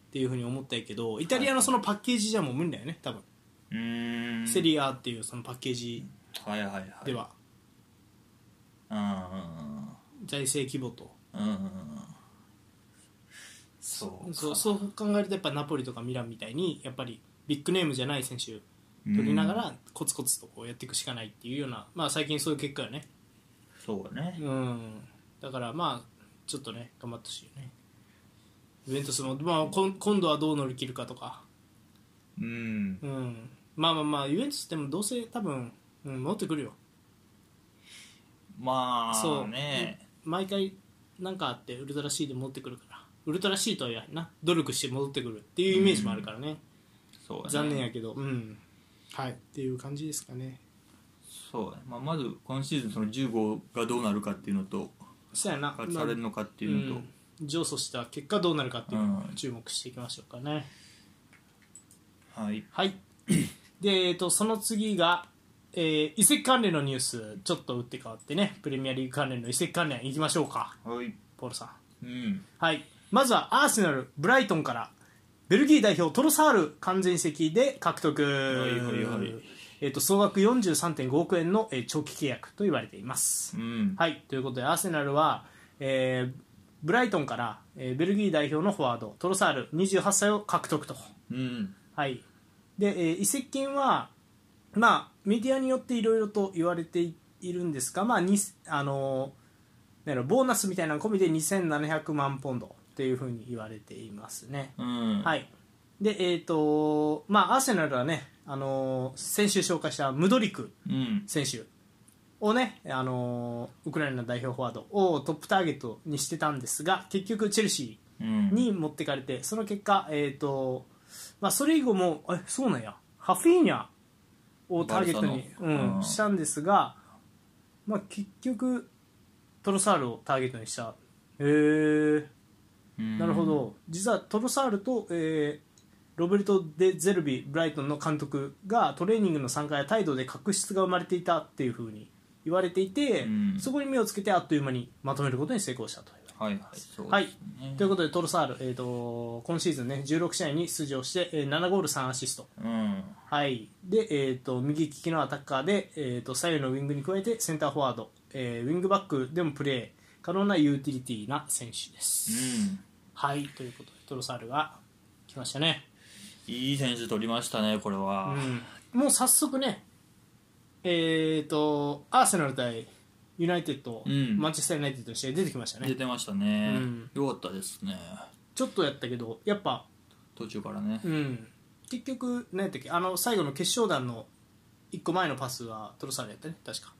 [SPEAKER 1] っていうふうに思ったんやけどイタリアのそのパッケージじゃもう無理だよね多分
[SPEAKER 2] うん
[SPEAKER 1] セリアっていうそのパッケージ
[SPEAKER 2] はいはいはい
[SPEAKER 1] では
[SPEAKER 2] う
[SPEAKER 1] 財政規模と
[SPEAKER 2] んうんうんうんうんそうか
[SPEAKER 1] そうそう考えるとやっぱナポリとかミランみたいにやっぱりビッグネームじゃない選手取りなが
[SPEAKER 2] うん
[SPEAKER 1] らコツコツとこうやっていくしかないっていうような、まあ、最近そういう結果よね
[SPEAKER 2] そうだね
[SPEAKER 1] うんだからまあちょっとね頑張ってほしいよねイベントスも、まあ、こん今度はどう乗り切るかとか
[SPEAKER 2] うん
[SPEAKER 1] うんまあまあまあユベントスってもどうせ多分、うん、戻ってくるよ
[SPEAKER 2] まあ
[SPEAKER 1] そう
[SPEAKER 2] ね
[SPEAKER 1] 毎回なんかあってウルトラ C で戻ってくるからウルトラ C とは言わへんな努力して戻ってくるっていうイメージもあるからね、
[SPEAKER 2] そうだね
[SPEAKER 1] 残念やけどうんはいっていう感じですかね
[SPEAKER 2] そうだね、まあ、まず今シーズンその10号がどうなるかっていうのと
[SPEAKER 1] そうやな
[SPEAKER 2] 復活されるのかって
[SPEAKER 1] う
[SPEAKER 2] いうのと、
[SPEAKER 1] ん、上訴した結果どうなるかっていうのを
[SPEAKER 2] うん
[SPEAKER 1] 注目していきましょうかね、
[SPEAKER 2] はい
[SPEAKER 1] はいで、えー、とその次が、えー移籍関連のニュースちょっと打って変わってねプレミアリーグ関連の移籍関連いきましょうか
[SPEAKER 2] はい
[SPEAKER 1] ポールさん
[SPEAKER 2] うん
[SPEAKER 1] はいまずはアーセナルブライトンからベルギー代表トロサール完全移籍で獲得、
[SPEAKER 2] いはいはい
[SPEAKER 1] えー、と総額43.5億円の、えー長期契約と言われています、
[SPEAKER 2] うん
[SPEAKER 1] はい、ということでアーセナルは、えーブライトンから、えーベルギー代表のフォワードトロサール28歳を獲得と、
[SPEAKER 2] うん
[SPEAKER 1] はいでえー移籍金は、まあ、メディアによっていろいろと言われているんですが、まあにあのーなんやろボーナスみたいなの込みで2700万ポンドっていうふうに言われていますね。
[SPEAKER 2] うん
[SPEAKER 1] はいい、で、えーとまあ、アーセナルはね、あのー先週紹介したムドリク
[SPEAKER 2] うん
[SPEAKER 1] 選手をね、あのーウクライナの代表フォワードをトップターゲットにしてたんですが結局チェルシ
[SPEAKER 2] うん
[SPEAKER 1] ーに持ってかれてその結果、えーとまあ、それ以後もえそうなんやハフィーニャをターゲットに、
[SPEAKER 2] バ
[SPEAKER 1] う、
[SPEAKER 2] ルサのうんん
[SPEAKER 1] したんですが、まあ、結局トロサールをターゲットにしたへー
[SPEAKER 2] うん
[SPEAKER 1] なるほど実はトロサールと、えーロベルト・デ・ゼルビブライトンの監督がトレーニングの参加や態度で確執が生まれていたっていうふうに言われていて、
[SPEAKER 2] うん
[SPEAKER 1] そこに目をつけてあっという間にまとめることに成功したという。
[SPEAKER 2] はいはいそう
[SPEAKER 1] はい
[SPEAKER 2] ですね
[SPEAKER 1] ということでトロサール、えー、と今シーズン、ね、16試合に出場して、えー7ゴール3アシスト、
[SPEAKER 2] うん
[SPEAKER 1] はいでえー、と右利きのアタッカーで、えー、と左右のウィングに加えてセンターフォワード、えーウィングバックでもプレー可能なユーティリティな選手です。
[SPEAKER 2] うん
[SPEAKER 1] はい、ということでトロサールが来ましたね、
[SPEAKER 2] いい選手取りましたねこれ
[SPEAKER 1] う
[SPEAKER 2] は
[SPEAKER 1] ん、もう早速ねえっ、とアーセナル対ユナイテッド、
[SPEAKER 2] うん
[SPEAKER 1] マンチェスターユナイテッドの試合出てきました
[SPEAKER 2] 出
[SPEAKER 1] ね
[SPEAKER 2] てましたね
[SPEAKER 1] うん
[SPEAKER 2] よかったですね
[SPEAKER 1] ちょっとやったけどやっぱ、
[SPEAKER 2] 途中からね
[SPEAKER 1] うん、結局何やったっけあの最後の決勝弾の1個前のパスはトロサールやったね確か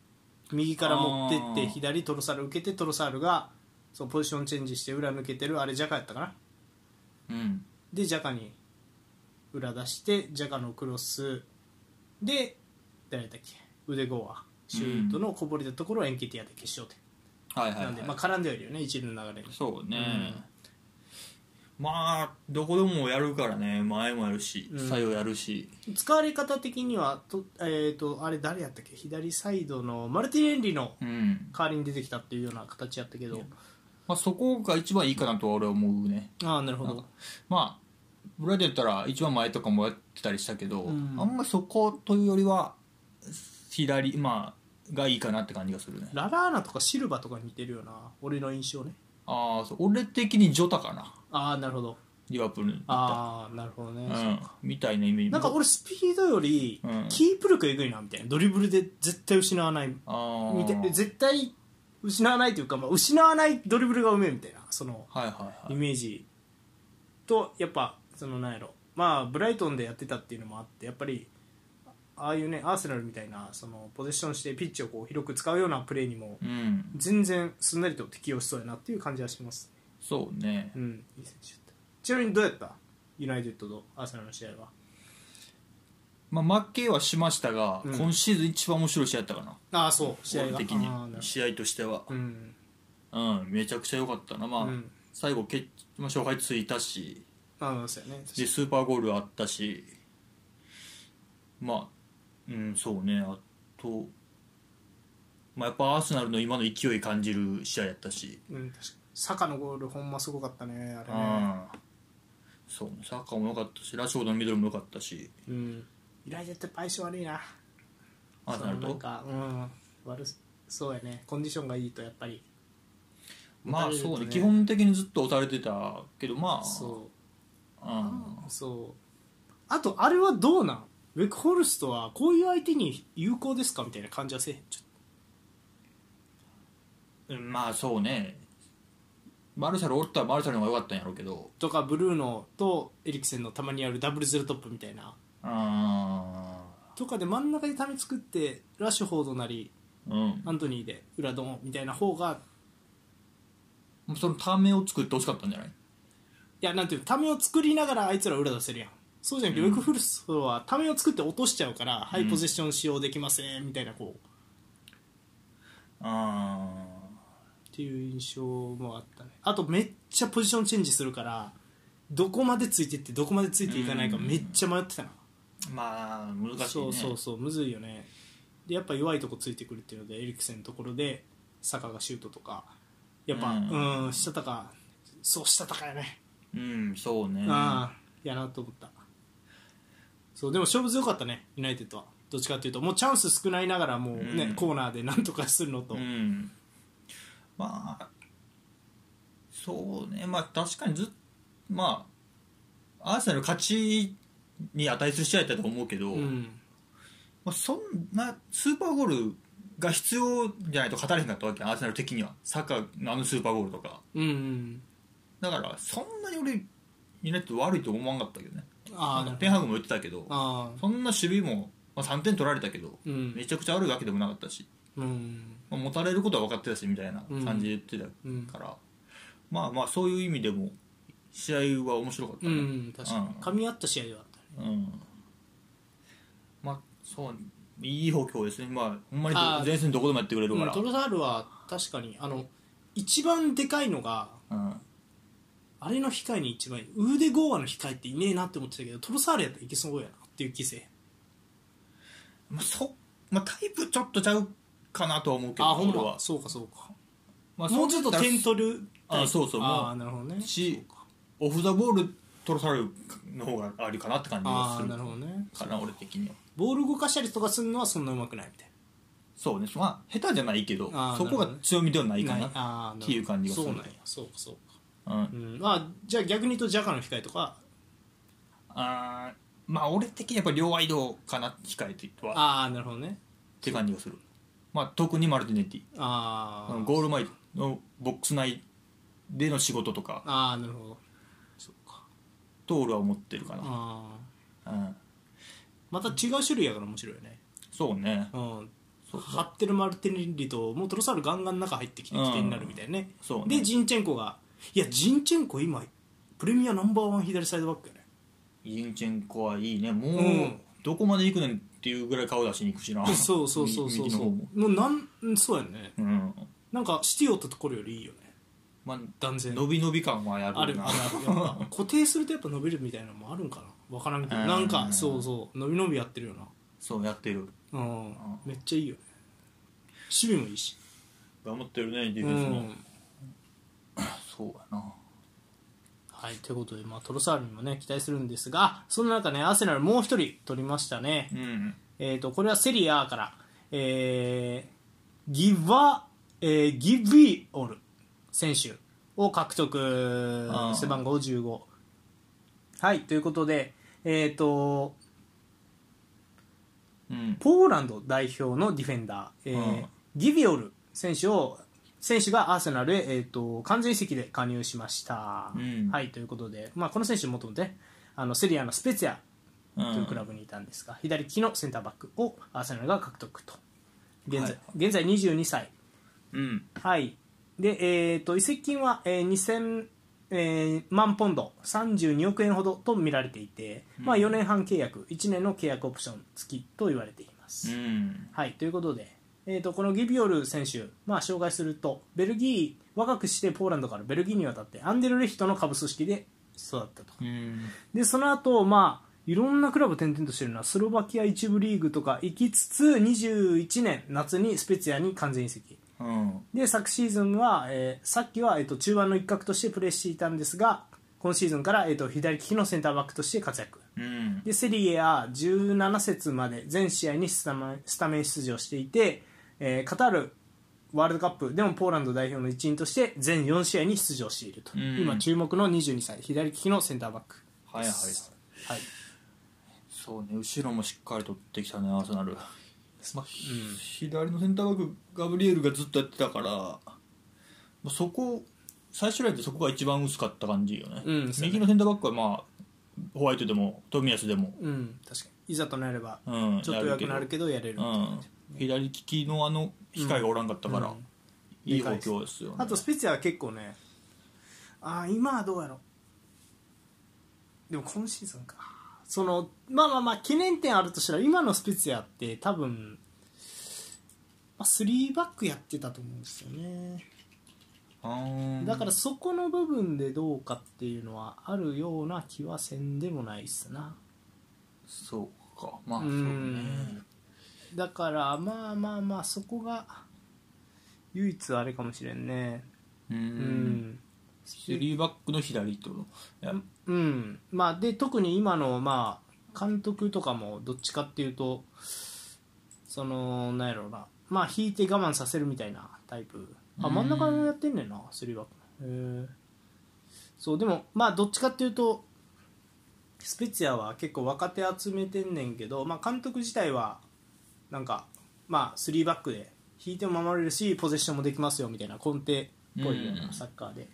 [SPEAKER 1] 右から持ってって
[SPEAKER 2] あー
[SPEAKER 1] 左トロサール受けてトロサールがそうポジションチェンジして裏抜けてるあれジャカやったかな
[SPEAKER 2] うん
[SPEAKER 1] でジャカに裏出してジャカのクロスで誰だっけ腕ゴアシュートのこぼれたところをエンケティアで決勝点、
[SPEAKER 2] はいはい
[SPEAKER 1] な
[SPEAKER 2] は
[SPEAKER 1] ん
[SPEAKER 2] い
[SPEAKER 1] で、まあ、絡んではいるよね一流の流れに
[SPEAKER 2] そうね、まあどこでもやるからね前もやるし
[SPEAKER 1] うん
[SPEAKER 2] 左右やるし、
[SPEAKER 1] 使われ方的にはと,、えー、とあれ誰やったっけ左サイドのマルティン・エンリの
[SPEAKER 2] うん
[SPEAKER 1] 代わりに出てきたっていうような形やったけど
[SPEAKER 2] まあ、そこが一番いいかなとは俺は思うね
[SPEAKER 1] ああなるほ
[SPEAKER 2] な
[SPEAKER 1] ど
[SPEAKER 2] んまあ裏で言ったら一番前とかもやってたりしたけど、
[SPEAKER 1] うん
[SPEAKER 2] あんまりそこというよりは左まあがいいかなって感じがするね
[SPEAKER 1] ララーナとかシルバとかに似てるような俺の印象ね
[SPEAKER 2] ああ俺的にジョタかな
[SPEAKER 1] ああなるほど
[SPEAKER 2] リバプールに行った
[SPEAKER 1] ああなるほどね、
[SPEAKER 2] うん、みたいなイメージ
[SPEAKER 1] なんか俺スピードより
[SPEAKER 2] うん
[SPEAKER 1] キープ力えぐいなみたいなドリブルで絶対失わない
[SPEAKER 2] ああ
[SPEAKER 1] みたい絶対失わないというか、まあ、失わないドリブルがうめえみたいなその
[SPEAKER 2] はいはい
[SPEAKER 1] イ
[SPEAKER 2] はい
[SPEAKER 1] メージとやっぱそのなんやろまあブライトンでやってたっていうのもあってやっぱりああいうねアーセナルみたいなそのポゼッションしてピッチをこう広く使うようなプレーにも
[SPEAKER 2] うん
[SPEAKER 1] 全然すんなりと適応しそうやなっていう感じはしますね
[SPEAKER 2] そうね
[SPEAKER 1] うんいい選手だったちなみにどうやったユナイテッドとアーセナルの試合は
[SPEAKER 2] まあ、負けはしましたが、
[SPEAKER 1] うん
[SPEAKER 2] 今シーズン一番面白い試合やったかな
[SPEAKER 1] ああそう試合
[SPEAKER 2] 俺
[SPEAKER 1] が
[SPEAKER 2] 的
[SPEAKER 1] あ
[SPEAKER 2] に
[SPEAKER 1] ーなるほ
[SPEAKER 2] 試合としては、
[SPEAKER 1] どうん
[SPEAKER 2] うんめちゃくちゃ良かったな、まあ
[SPEAKER 1] うん
[SPEAKER 2] 最後決、まあ、勝敗ついたし
[SPEAKER 1] ああそうやね
[SPEAKER 2] でスーパーゴールあったしまあうんそうねあと、まあ、やっぱアーセナルの今の勢い感じる試合やったし、
[SPEAKER 1] うん、確かにサカのゴールほんますごかったねあ
[SPEAKER 2] う
[SPEAKER 1] れね、
[SPEAKER 2] んそうねサッカーも良かったしラッシュフォードのミドルも良かったし
[SPEAKER 1] うん、イライザって相性悪いな
[SPEAKER 2] アーセナル
[SPEAKER 1] そのなん
[SPEAKER 2] と
[SPEAKER 1] か、うん、悪そうやねコンディションがいいとやっぱり
[SPEAKER 2] まあ
[SPEAKER 1] 打たれると
[SPEAKER 2] そうね
[SPEAKER 1] ね
[SPEAKER 2] 基本的にずっと押されてたけどまあ、
[SPEAKER 1] そう
[SPEAKER 2] ん、
[SPEAKER 1] うそうあとあれはどうなんウェクホルストはこういう相手に有効ですかみたいな感じはせえへんちょっ
[SPEAKER 2] うんまあそうねマルサルおったらマルサルの方が良かったんやろうけど
[SPEAKER 1] ととかブルーノとエリクセンのたまにあるダブルゼロトップみたいな
[SPEAKER 2] あ
[SPEAKER 1] とかで真ん中でため作ってラッシュフォードなり
[SPEAKER 2] ーうん
[SPEAKER 1] アントニーで裏ドンみたいな方が
[SPEAKER 2] そのためを作ってほしかったんじゃない
[SPEAKER 1] いやなんていうのためを作りながらあいつら裏出せるやんそうじゃなくて、ウェイクフルストはためを作って落としちゃうから、ハイポゼッション使用できませんみたいなこう
[SPEAKER 2] あ
[SPEAKER 1] っていう印象もあったねあとめっちゃポジションチェンジするからどこまでついてってどこまでついていかないか
[SPEAKER 2] うん
[SPEAKER 1] めっちゃ迷ってたな、
[SPEAKER 2] ーまあ難しいね
[SPEAKER 1] そうそうそうむずいよねでやっぱ弱いとこついてくるっていうのでエリクセンのところで坂がシュートとかやっぱ
[SPEAKER 2] うん
[SPEAKER 1] うん、したたかそうしたたかやね
[SPEAKER 2] うんそうね
[SPEAKER 1] ああやなと思ったそうでも勝負強かったねユナイテッドはどっちかっていうともうチャンス少ないながらもうね、
[SPEAKER 2] うん
[SPEAKER 1] コーナーでなんとかするのと、
[SPEAKER 2] うんまあそうねまあ確かにずっまあアーセナル勝ちに値する試合だったと思うけど、
[SPEAKER 1] うん
[SPEAKER 2] まあ、そんなスーパーゴールが必要じゃないと勝たれへんかったわけアーセナル的にはサッカーのあのスーパーゴールとか
[SPEAKER 1] うんうん
[SPEAKER 2] だからそんなに俺ユナイテッド悪いと思わんかったけどね
[SPEAKER 1] ああなるほ
[SPEAKER 2] テンハグも言ってたけど
[SPEAKER 1] どああ
[SPEAKER 2] そんな守備も、まあ、3点取られたけど
[SPEAKER 1] うん
[SPEAKER 2] めちゃくちゃ悪いわけでもなかったし、
[SPEAKER 1] うん
[SPEAKER 2] まあ、持たれることは分かってたしみたいな感じで言って
[SPEAKER 1] うん
[SPEAKER 2] たから、まあまあそういう意味でも試合は面白かった
[SPEAKER 1] う
[SPEAKER 2] ね
[SPEAKER 1] ん確かに
[SPEAKER 2] うん
[SPEAKER 1] 噛み合った試合ではあったね
[SPEAKER 2] うんまあそういい補強ですねまあほんまにど
[SPEAKER 1] あー
[SPEAKER 2] 前線どこでもやってくれるから、
[SPEAKER 1] うんトロサールは確かにあの一番でかいのが
[SPEAKER 2] うん
[SPEAKER 1] あれの控えに一番いいウーデ・ゴーアの控えっていねえなって思ってたけどトロサールやったらいけそうやなっていう気勢
[SPEAKER 2] まあそまあ、タイプちょっとちゃうかなとは思うけど
[SPEAKER 1] ああほん
[SPEAKER 2] 俺
[SPEAKER 1] ま
[SPEAKER 2] は
[SPEAKER 1] そうかそうか
[SPEAKER 2] まあ、
[SPEAKER 1] もうちょっと
[SPEAKER 2] そうなった
[SPEAKER 1] 点
[SPEAKER 2] ら
[SPEAKER 1] 取るタイプ
[SPEAKER 2] あそうそうもう
[SPEAKER 1] ああなるほどね
[SPEAKER 2] しオフ・ザ・ボール取らされるの方がありかなって感じが
[SPEAKER 1] あ
[SPEAKER 2] す
[SPEAKER 1] あ
[SPEAKER 2] る
[SPEAKER 1] なるほどね
[SPEAKER 2] かな俺的には
[SPEAKER 1] ボール動かしたりとかするのはそんなうまくないみたい
[SPEAKER 2] そうねまあ下手じゃないけど
[SPEAKER 1] あー
[SPEAKER 2] そ
[SPEAKER 1] な
[SPEAKER 2] こ
[SPEAKER 1] るほ
[SPEAKER 2] が
[SPEAKER 1] どね
[SPEAKER 2] 強みではない
[SPEAKER 1] な
[SPEAKER 2] か
[SPEAKER 1] な
[SPEAKER 2] ない
[SPEAKER 1] ああ
[SPEAKER 2] っていう感じがする
[SPEAKER 1] そうなんやそうかそうか、
[SPEAKER 2] うん
[SPEAKER 1] うん、まあじゃあ逆に言うとジャカの控えとか
[SPEAKER 2] あーまあ俺的にやっぱ両ワイドかな控えてはっ
[SPEAKER 1] ああなるほどね
[SPEAKER 2] て感じがするまあ特にマルティネッティ
[SPEAKER 1] ああ
[SPEAKER 2] うんゴール前のボックス内での仕事とか
[SPEAKER 1] ああなるほどそうか
[SPEAKER 2] と俺は思ってるか
[SPEAKER 1] ああ
[SPEAKER 2] なうん
[SPEAKER 1] また違う種類やから面白いよね
[SPEAKER 2] そうね
[SPEAKER 1] うん
[SPEAKER 2] そうそう
[SPEAKER 1] 張ってるマルティネリともうトロサールガンガン中入ってきて
[SPEAKER 2] うん
[SPEAKER 1] 起点になるみたいなね,、
[SPEAKER 2] そうね
[SPEAKER 1] でジンチェンコがいやジンチェンコ今プレミアナンバーワン左サイドバックやね
[SPEAKER 2] ユンチェンコはいいねもう、
[SPEAKER 1] うん
[SPEAKER 2] どこまで行くねんっていうぐらい顔出しに行くしな
[SPEAKER 1] そうそうそうそう
[SPEAKER 2] 右の
[SPEAKER 1] そう
[SPEAKER 2] 方
[SPEAKER 1] も
[SPEAKER 2] も
[SPEAKER 1] うなんうんそうやね
[SPEAKER 2] うん
[SPEAKER 1] なんかシティオったところよりいいよね
[SPEAKER 2] まあ
[SPEAKER 1] 断然
[SPEAKER 2] 伸び伸び感はや
[SPEAKER 1] あ
[SPEAKER 2] る
[SPEAKER 1] る
[SPEAKER 2] な
[SPEAKER 1] あるやっぱ固定するとやっぱ伸びるみたいなのもあるんかな分からんけど
[SPEAKER 2] うん
[SPEAKER 1] なんかそうそう伸び伸びやってるよな
[SPEAKER 2] そうやってる
[SPEAKER 1] うんめっちゃいいよね守備もいいし
[SPEAKER 2] 頑張ってるねディ
[SPEAKER 1] う
[SPEAKER 2] フェンスも、
[SPEAKER 1] ん
[SPEAKER 2] そうやな
[SPEAKER 1] はい、ということで、まあ、トロサールにもね、期待するんですが、そんな中ね、アーセナルもう一人取りましたね。
[SPEAKER 2] うん
[SPEAKER 1] えっ、と、これはセリアから、えー、ギバ、えー、ギビオル選手を獲得
[SPEAKER 2] あー、
[SPEAKER 1] 背番号15。はい、ということで、えっ、と、
[SPEAKER 2] うん
[SPEAKER 1] ポーランド代表のディフェンダー、えー
[SPEAKER 2] うん
[SPEAKER 1] ギビオル選手を選手がアーセナルへ、えー、と完全移籍で加入しました。
[SPEAKER 2] うん
[SPEAKER 1] はい、ということで、まあ、この選手もともとねあのセリアのスペツィア
[SPEAKER 2] う
[SPEAKER 1] というんクラブにいたんですが、左利きのセンターバックをアーセナルが獲得と現在,、
[SPEAKER 2] はい
[SPEAKER 1] 現在22歳、
[SPEAKER 2] うん
[SPEAKER 1] はいでえー、と移籍金は、えー2000、えー万ポンド32億円ほどと見られていて、まあ、4年半契約1年の契約オプション付きと言われています。
[SPEAKER 2] うん
[SPEAKER 1] はい、ということで、えー、とこのギビオル選手、まあ、紹介するとベルギー若くしてポーランドからベルギーに渡ってアンデルレヒトの下部組織で育ったと
[SPEAKER 2] うん
[SPEAKER 1] でその後、まあいろんなクラブ転々としてるなスロバキア一部リーグとか行きつつ21年夏にスペツィアに完全移籍
[SPEAKER 2] うん
[SPEAKER 1] で昨シーズンは、えーさっきは、えー、と中盤の一角としてプレーしていたんですが今シーズンから、えー、と左利きのセンターバックとして活躍
[SPEAKER 2] うん
[SPEAKER 1] でセリエ A 17節まで全試合にスタメンスタメン出場していて、えーカタールワールドカップでもポーランド代表の一員として全4試合に出場していると、
[SPEAKER 2] うん
[SPEAKER 1] 今注目の22歳左利きのセンターバック
[SPEAKER 2] はいはいはい
[SPEAKER 1] はい、
[SPEAKER 2] そうね後ろもしっかり取ってきたねアーセナル、まあ左のセンターバックガブリエルがずっとやってたから、まあ、そこ最初らってそこが一番薄かった感じよね、
[SPEAKER 1] うんそうね
[SPEAKER 2] 右のセンターバックはまあホワイトでも冨安でも、
[SPEAKER 1] うん、確かにいざとなれば
[SPEAKER 2] うん、
[SPEAKER 1] ちょっと弱くなる
[SPEAKER 2] け
[SPEAKER 1] けどやれる
[SPEAKER 2] ど、うん、左利きのあの機会がおらんかったから、
[SPEAKER 1] うん
[SPEAKER 2] いい補強ですよね
[SPEAKER 1] あとスピッツィアは結構ねああ今はどうやろうでも今シーズンかそのまあまあまあ懸念点あるとしたら今のスペツィアって多分、まあ、3バックやってたと思うんですよねだからそこの部分でどうかっていうのはあるような気はせんでもないっすな
[SPEAKER 2] そうかまあそう
[SPEAKER 1] う
[SPEAKER 2] ね
[SPEAKER 1] んだからまあまあまあそこが唯一あれかもしれんね
[SPEAKER 2] うん
[SPEAKER 1] うん
[SPEAKER 2] 3バックの左ってこといや
[SPEAKER 1] うんまあ、で特に今の、まあ、監督とかもどっちかっていうとそのなんやろうな、まあ、引いて我慢させるみたいなタイプあ
[SPEAKER 2] うん
[SPEAKER 1] 真ん中もやってんねんな3バックへえそうでも、まあ、どっちかっていうとスペツィアは結構若手集めてんねんけど、まあ、監督自体はなんか、まあ、3バックで引いても守れるしポゼッションもできますよみたいな根底っぽいよう
[SPEAKER 2] う
[SPEAKER 1] なんサッカーで。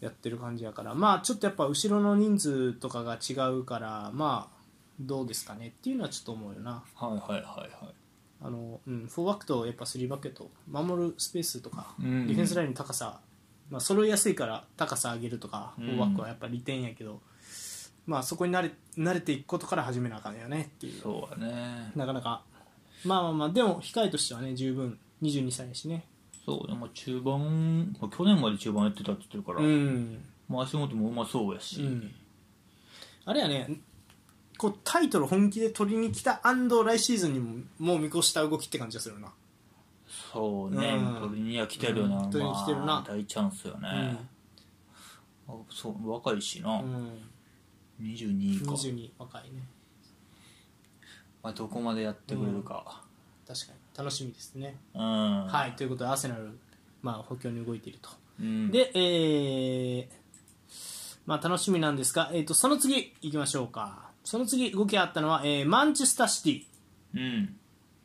[SPEAKER 1] やってる感じやからまあちょっとやっぱ後ろの人数とかが違うからまあどうですかねっていうのはちょっと思うよな
[SPEAKER 2] はいはいはいはい
[SPEAKER 1] あの、うん、4バックとやっぱ3バックやと守るスペースとか、
[SPEAKER 2] うん
[SPEAKER 1] ディフェンスラインの高さ、まあ、揃いやすいから高さ上げるとか、
[SPEAKER 2] うん
[SPEAKER 1] 4バックはやっぱ利点やけどまあそこに慣れ慣れていくことから始めなあかんよねっていう
[SPEAKER 2] そうだね
[SPEAKER 1] なかなかまあまあまあでも控えとしてはね十分22歳やしね
[SPEAKER 2] そうねまあ中盤、まあ、去年まで中盤やってたって言ってるか
[SPEAKER 1] う
[SPEAKER 2] ら、
[SPEAKER 1] ん
[SPEAKER 2] まあ、足元もうまそうやし、
[SPEAKER 1] うん、あれやねこうタイトル本気で取りに来た来シーズンにももう見越した動きって感じがするな、
[SPEAKER 2] そうね、
[SPEAKER 1] うん
[SPEAKER 2] 取りには来てるよな、
[SPEAKER 1] うん取りに来てるな
[SPEAKER 2] まあ大チャンスよね、あそう若いしな、
[SPEAKER 1] うん、うん、
[SPEAKER 2] 22か、
[SPEAKER 1] 22若いね
[SPEAKER 2] まあ、どこまでやってくれるか
[SPEAKER 1] 確かに楽しみですね、
[SPEAKER 2] うん、
[SPEAKER 1] はいということでアーセナル、まあ、補強に動いていると、
[SPEAKER 2] うん、
[SPEAKER 1] でえーまあ、楽しみなんですが、えー、とその次行きましょうかその次動きがあったのは、えーマンチェスターシティ
[SPEAKER 2] うん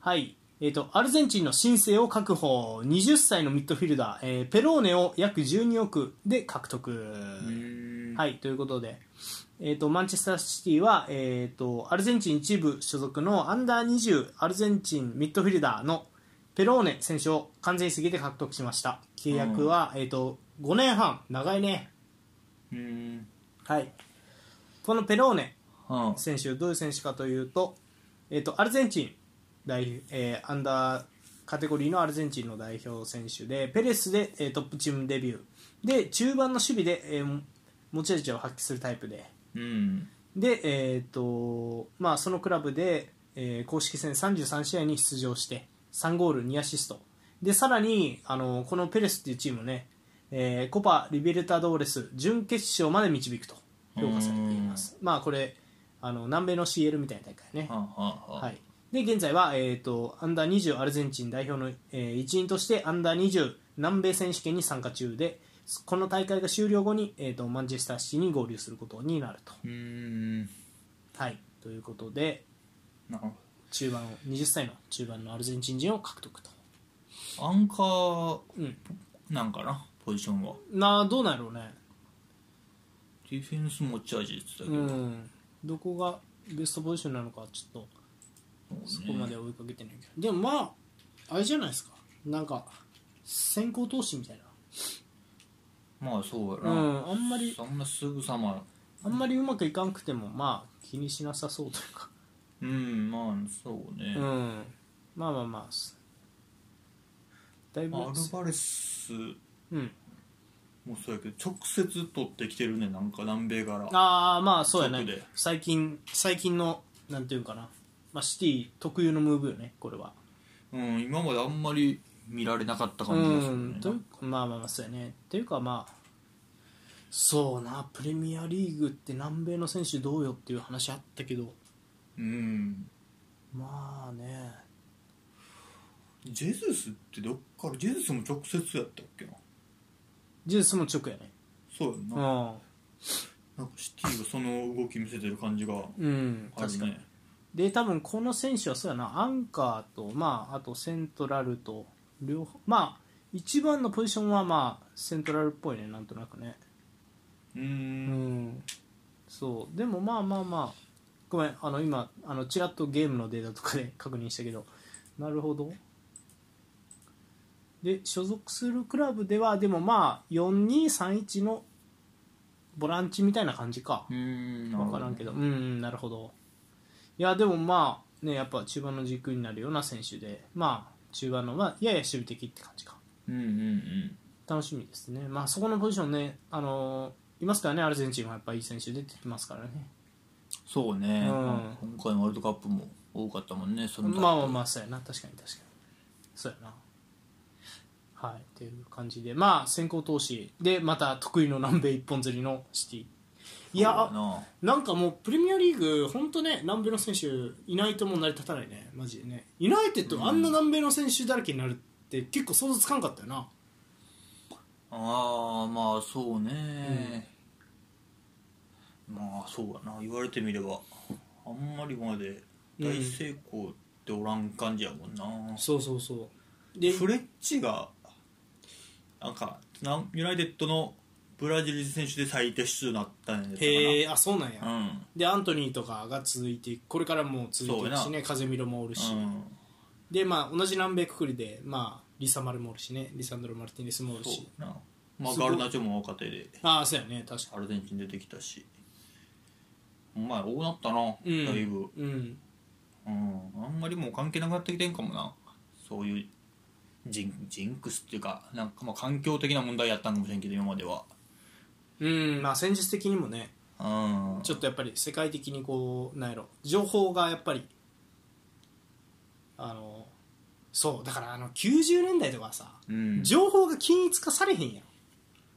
[SPEAKER 1] はい、えー、とアルゼンチンの新星を確保20歳のミッドフィルダー、えーペローネを約12億で獲得、
[SPEAKER 2] うん
[SPEAKER 1] はいということで、えー、とマンチェスターシティは、えー、とアルゼンチン一部所属のアンダー20アルゼンチンミッドフィルダーのペローネ選手を完全移籍で獲得しました契約は、えー、と5年半長いね
[SPEAKER 2] うん
[SPEAKER 1] はいこのペローネ
[SPEAKER 2] うん
[SPEAKER 1] 選手どういう選手かというと,、えー、とアルゼンチン代、えーアンダーカテゴリーのアルゼンチンの代表選手でペレスで、えートップチームデビューで中盤の守備で、えー持ち味を発揮するタイプで
[SPEAKER 2] うん
[SPEAKER 1] で、えーとまあ、そのクラブで、えー公式戦33試合に出場して3ゴール2アシストでさらにあのこのペレスっていうチームをね、えーコパ・リベルタドーレス準決勝まで導くと評価されています、まあ、これあの南米の CL みたいな大会ね
[SPEAKER 2] は、んはんはん
[SPEAKER 1] はい、で現在は、えー、とアンダー20アルゼンチン代表の、えー一員としてアンダー20南米選手権に参加中でこの大会が終了後に、えー、とマンチェスターシティに合流することになると。
[SPEAKER 2] うんな
[SPEAKER 1] はい、ということで
[SPEAKER 2] るほ
[SPEAKER 1] 中盤を20歳の中盤のアルゼンチン人を獲得と、
[SPEAKER 2] どアンカー
[SPEAKER 1] うん、
[SPEAKER 2] なんかなポジションは
[SPEAKER 1] なあどうなんやろうね、
[SPEAKER 2] ディフェンス持ち味って言ってたけ
[SPEAKER 1] う
[SPEAKER 2] ど、
[SPEAKER 1] ん、どこがベストポジションなのかちょっと
[SPEAKER 2] そ
[SPEAKER 1] そう
[SPEAKER 2] ね
[SPEAKER 1] こまでは追いかけてないけど、でもまああれじゃないですかなんか先行投資みたい
[SPEAKER 2] まあそうや
[SPEAKER 1] な、う
[SPEAKER 2] な、
[SPEAKER 1] ん、あんまり
[SPEAKER 2] そんなすぐさま
[SPEAKER 1] あんまりうまくいかんくてもまあ気にしなさそうというか、
[SPEAKER 2] うんまあそうね、
[SPEAKER 1] うん、まあまあまあだいぶ
[SPEAKER 2] まあアルバレス
[SPEAKER 1] うん、
[SPEAKER 2] もそうやけど直接取ってきてるねなんか南米から
[SPEAKER 1] ああまあそうや
[SPEAKER 2] 直
[SPEAKER 1] ね
[SPEAKER 2] で
[SPEAKER 1] 最近最近のなんていうんかな、まあ、シティ特有のムーブよねこれは
[SPEAKER 2] うん今まであんまり見られなかった
[SPEAKER 1] う
[SPEAKER 2] 感じがする
[SPEAKER 1] ん
[SPEAKER 2] ね
[SPEAKER 1] というまあまあまあそうやねというかまあそうなプレミアリーグって南米の選手どうよっていう話あったけど
[SPEAKER 2] うん
[SPEAKER 1] まあね
[SPEAKER 2] ジェズスってどっからジェズスも直接やったっけな
[SPEAKER 1] ジュースも直やね
[SPEAKER 2] そうやんな,、
[SPEAKER 1] う
[SPEAKER 2] なんかシティがその動き見せてる感じが
[SPEAKER 1] ん、うん、
[SPEAKER 2] あるね
[SPEAKER 1] 確かにで多分この選手はそうやなアンカーと、まあ、あとセントラルと両方まあ一番のポジションはまあセントラルっぽいねなんとなくね
[SPEAKER 2] う
[SPEAKER 1] うんんそうでもまあまあまあごめんあの今あのちらっとゲームのデータとかで 確認したけどなるほどで所属するクラブではでもまあ4231のボランチみたいな感じか
[SPEAKER 2] うーん
[SPEAKER 1] 分からんけどうんうんなるほどいやでもまあねやっぱ中盤の軸になるような選手でまあ中盤のまあやや守備的って感じか
[SPEAKER 2] うんうんうん
[SPEAKER 1] 楽しみですねまあそこのポジションねあのいますからねアルゼンチンはやっぱいい選手出てきますからね
[SPEAKER 2] そうね、
[SPEAKER 1] うん
[SPEAKER 2] 今回のワールドカップも多かったもんねその
[SPEAKER 1] まあまあまあそうやな確かに確かにそうやなはいっていう感じでまあ先行投資でまた得意の南米一本釣りのシティいや
[SPEAKER 2] そうだな
[SPEAKER 1] なんかもうプレミアリーグ本当ね南米の選手いないともう成り立たないねマジでねユナイテッドがあんな南米の選手だらけになるって結構想像つかんかったよな
[SPEAKER 2] ああまあそうね、まあそうだな言われてみればあんまりまで大成功っておらん感じやもんな、
[SPEAKER 1] そうそうそうで
[SPEAKER 2] フレッチがなんかなんユナイテッドのブラジル選手で最多出場になったんやったかな
[SPEAKER 1] へえあそうなんや、
[SPEAKER 2] うん
[SPEAKER 1] でアントニーとかが続いていくこれからも続いていくし
[SPEAKER 2] そう
[SPEAKER 1] ね風見ろもおるし、
[SPEAKER 2] うん
[SPEAKER 1] でまあ同じ南米くくりでまあリサ・マルもおるしねリサンドロ・マルティネスもおる
[SPEAKER 2] そう
[SPEAKER 1] し
[SPEAKER 2] やなまあ
[SPEAKER 1] すごい
[SPEAKER 2] ガルナチョも若手で
[SPEAKER 1] ああそうやね確か
[SPEAKER 2] アルゼンチン出てきたしお前多なったな、
[SPEAKER 1] に
[SPEAKER 2] だい
[SPEAKER 1] うん
[SPEAKER 2] ぶ
[SPEAKER 1] うん
[SPEAKER 2] うん、あんまりもう関係なくなってきてんかもなそういうジンジンクスっていうかなんかまあ環境的な問題やったんかもしれんけど今までは
[SPEAKER 1] うんまあ戦術的にもね
[SPEAKER 2] うん
[SPEAKER 1] ちょっとやっぱり世界的にこうなんやろ情報がやっぱりあのそうだからあの90年代とかさ
[SPEAKER 2] うん
[SPEAKER 1] 情報が均一化されへんやん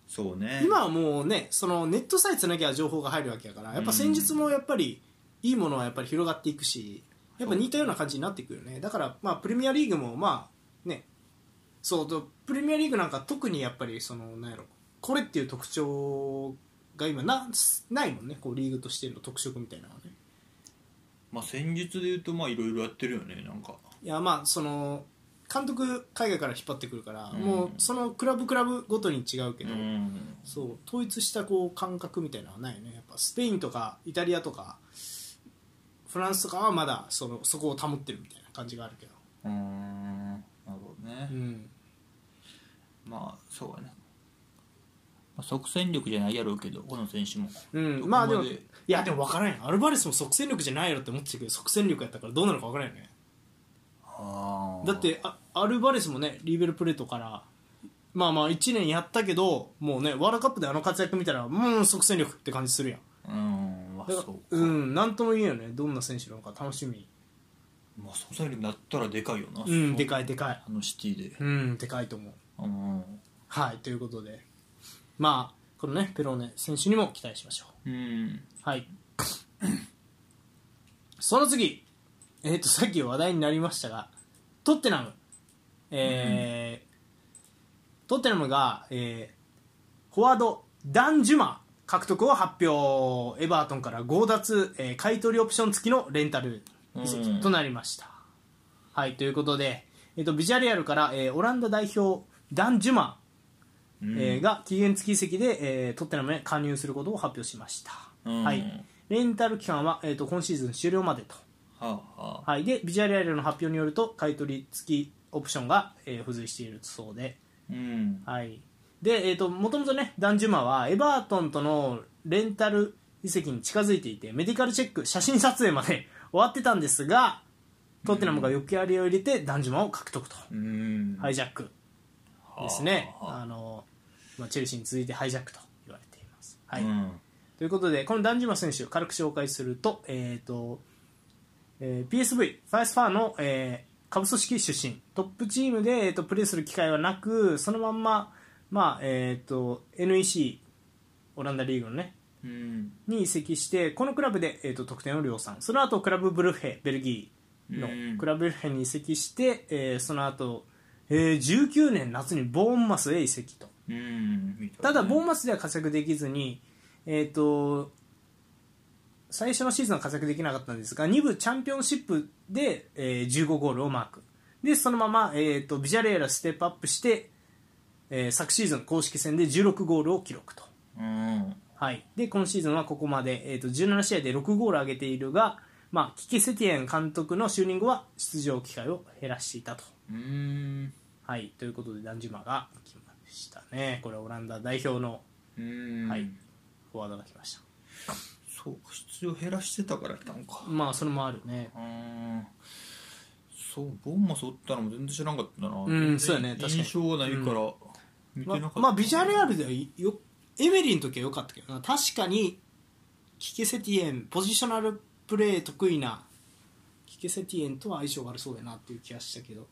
[SPEAKER 2] そうね
[SPEAKER 1] 今はもうねそのネットさえつなぎゃ情報が入るわけやからやっぱ戦術もやっぱりいいものはやっぱり広がっていくしやっぱ似たような感じになっていくよねだからまあプレミアリーグもまあねそうとプレミアリーグなんか特にやっぱりそのなんやろこれっていう特徴が今なないもんねこうリーグとしての特色みたいなのはね
[SPEAKER 2] まあ戦術で言うとまあいろいろやってるよねなんか
[SPEAKER 1] いやまあその監督海外から引っ張ってくるから、
[SPEAKER 2] うん
[SPEAKER 1] もうそのクラブクラブごとに違うけ
[SPEAKER 2] う
[SPEAKER 1] ど、
[SPEAKER 2] ん
[SPEAKER 1] そう統一したこう感覚みたいなのはないよねやっぱスペインとかイタリアとかフランスとかはまだそのそこを保ってるみたいな感じがあるけど、
[SPEAKER 2] うんなるほどね、
[SPEAKER 1] うん、
[SPEAKER 2] まあそうやね、まあ、即戦力じゃないやろうけどこの選手も
[SPEAKER 1] うん
[SPEAKER 2] どこ
[SPEAKER 1] まあでも
[SPEAKER 2] で
[SPEAKER 1] いやでも分からんよアルバレスも即戦力じゃないやろって思ってたけど即戦力やったからどうなるか分からんよね
[SPEAKER 2] あー
[SPEAKER 1] だってあアルバレスもねリーベルプレートからまあまあ1年やったけどもうねワールドカップであの活躍見たらうん即戦力って感じするやん
[SPEAKER 2] うんまあ
[SPEAKER 1] だ
[SPEAKER 2] そう
[SPEAKER 1] か
[SPEAKER 2] から
[SPEAKER 1] うんなんとも言えんよねどんな選手なのか楽しみ
[SPEAKER 2] まあ即戦力になったらでかいよな、
[SPEAKER 1] うんで
[SPEAKER 2] い
[SPEAKER 1] かいでかい
[SPEAKER 2] あのシティで
[SPEAKER 1] うんでかいと思う
[SPEAKER 2] うん
[SPEAKER 1] はい、ということで、まあ、このね、ペローネ選手にも期待しましょ
[SPEAKER 2] うん
[SPEAKER 1] う。はい。 その次、えっ、と、さっき話題になりましたが、トッテナム。えートッテナムが、えーフォワード、ダン・ジュマ獲得を発表。エバートンから強奪、えー買い取りオプション付きのレンタル移籍となりました。はい、ということで、えっ、と、ビジャレアルから、えーオランダ代表、ダン・ジュマ
[SPEAKER 2] うん
[SPEAKER 1] えーが期限付き移籍で、えートッテナムへ加入することを発表しました、
[SPEAKER 2] うん
[SPEAKER 1] はい、レンタル期間は、えー、と今シーズン終了までと、
[SPEAKER 2] はあはあ
[SPEAKER 1] はい、でビジュアルアイルの発表によると買い取り付きオプションが、えー付随しているそうで
[SPEAKER 2] うん
[SPEAKER 1] はいでえーともともとねダン・ジュマはエバートンとのレンタル移籍に近づいていてメディカルチェック写真撮影まで 終わってたんですがトッテナムが欲張りを入れてダン・ジュマを獲得と、
[SPEAKER 2] うん
[SPEAKER 1] ハイ
[SPEAKER 2] い
[SPEAKER 1] ジャックですね、
[SPEAKER 2] はあはあ
[SPEAKER 1] あのまあ、チェルシーに続いてハイジャックと言われています。はい
[SPEAKER 2] うん
[SPEAKER 1] ということで、このダンジュマ選手、軽く紹介すると、えーとえー PSV、ファイスファーの、えー下部組織出身、トップチームで、えー、とプレーする機会はなく、そのまんま、まあえー、と NEC、オランダリーグのね、
[SPEAKER 2] うん
[SPEAKER 1] に移籍して、このクラブで、えー、と得点を量産、その後クラブブルッヘ、ベルギー
[SPEAKER 2] うん
[SPEAKER 1] のクラブブルッヘに移籍して、えーその後、えー19年夏にボーンマスへ移籍と。
[SPEAKER 2] うんみいな
[SPEAKER 1] ただ、ボーマスでは活躍できずに、えー、と最初のシーズンは活躍できなかったんですが2部チャンピオンシップで、えー15ゴールをマークでそのまま、えー、とビジャレーラステップアップして、えー昨シーズン公式戦で16ゴールを記録と、
[SPEAKER 2] うん
[SPEAKER 1] はい、で今シーズンはここまで、えー、と17試合で6ゴールを挙げているが、まあ、キキ・セティエン監督の就任後は出場機会を減らしていたと。
[SPEAKER 2] うん
[SPEAKER 1] はい、ということでダンジュマが来ましたねこれはオランダ代表の
[SPEAKER 2] うん
[SPEAKER 1] はいフォワードが来ました
[SPEAKER 2] そうか出場減らしてたから来たのか
[SPEAKER 1] まあそれもあるね
[SPEAKER 2] うーんそうボンマスおったのも全然知らんかったな
[SPEAKER 1] うん
[SPEAKER 2] 全然
[SPEAKER 1] そうやね確かに
[SPEAKER 2] 印象がないから、見て
[SPEAKER 1] ま
[SPEAKER 2] なかった
[SPEAKER 1] まあビジュアルアルではいよエメリの時は良かったけどな確かにキケセティエンポジショナルプレー得意なキケセティエンとは相性悪そうだなっていう気がしたけど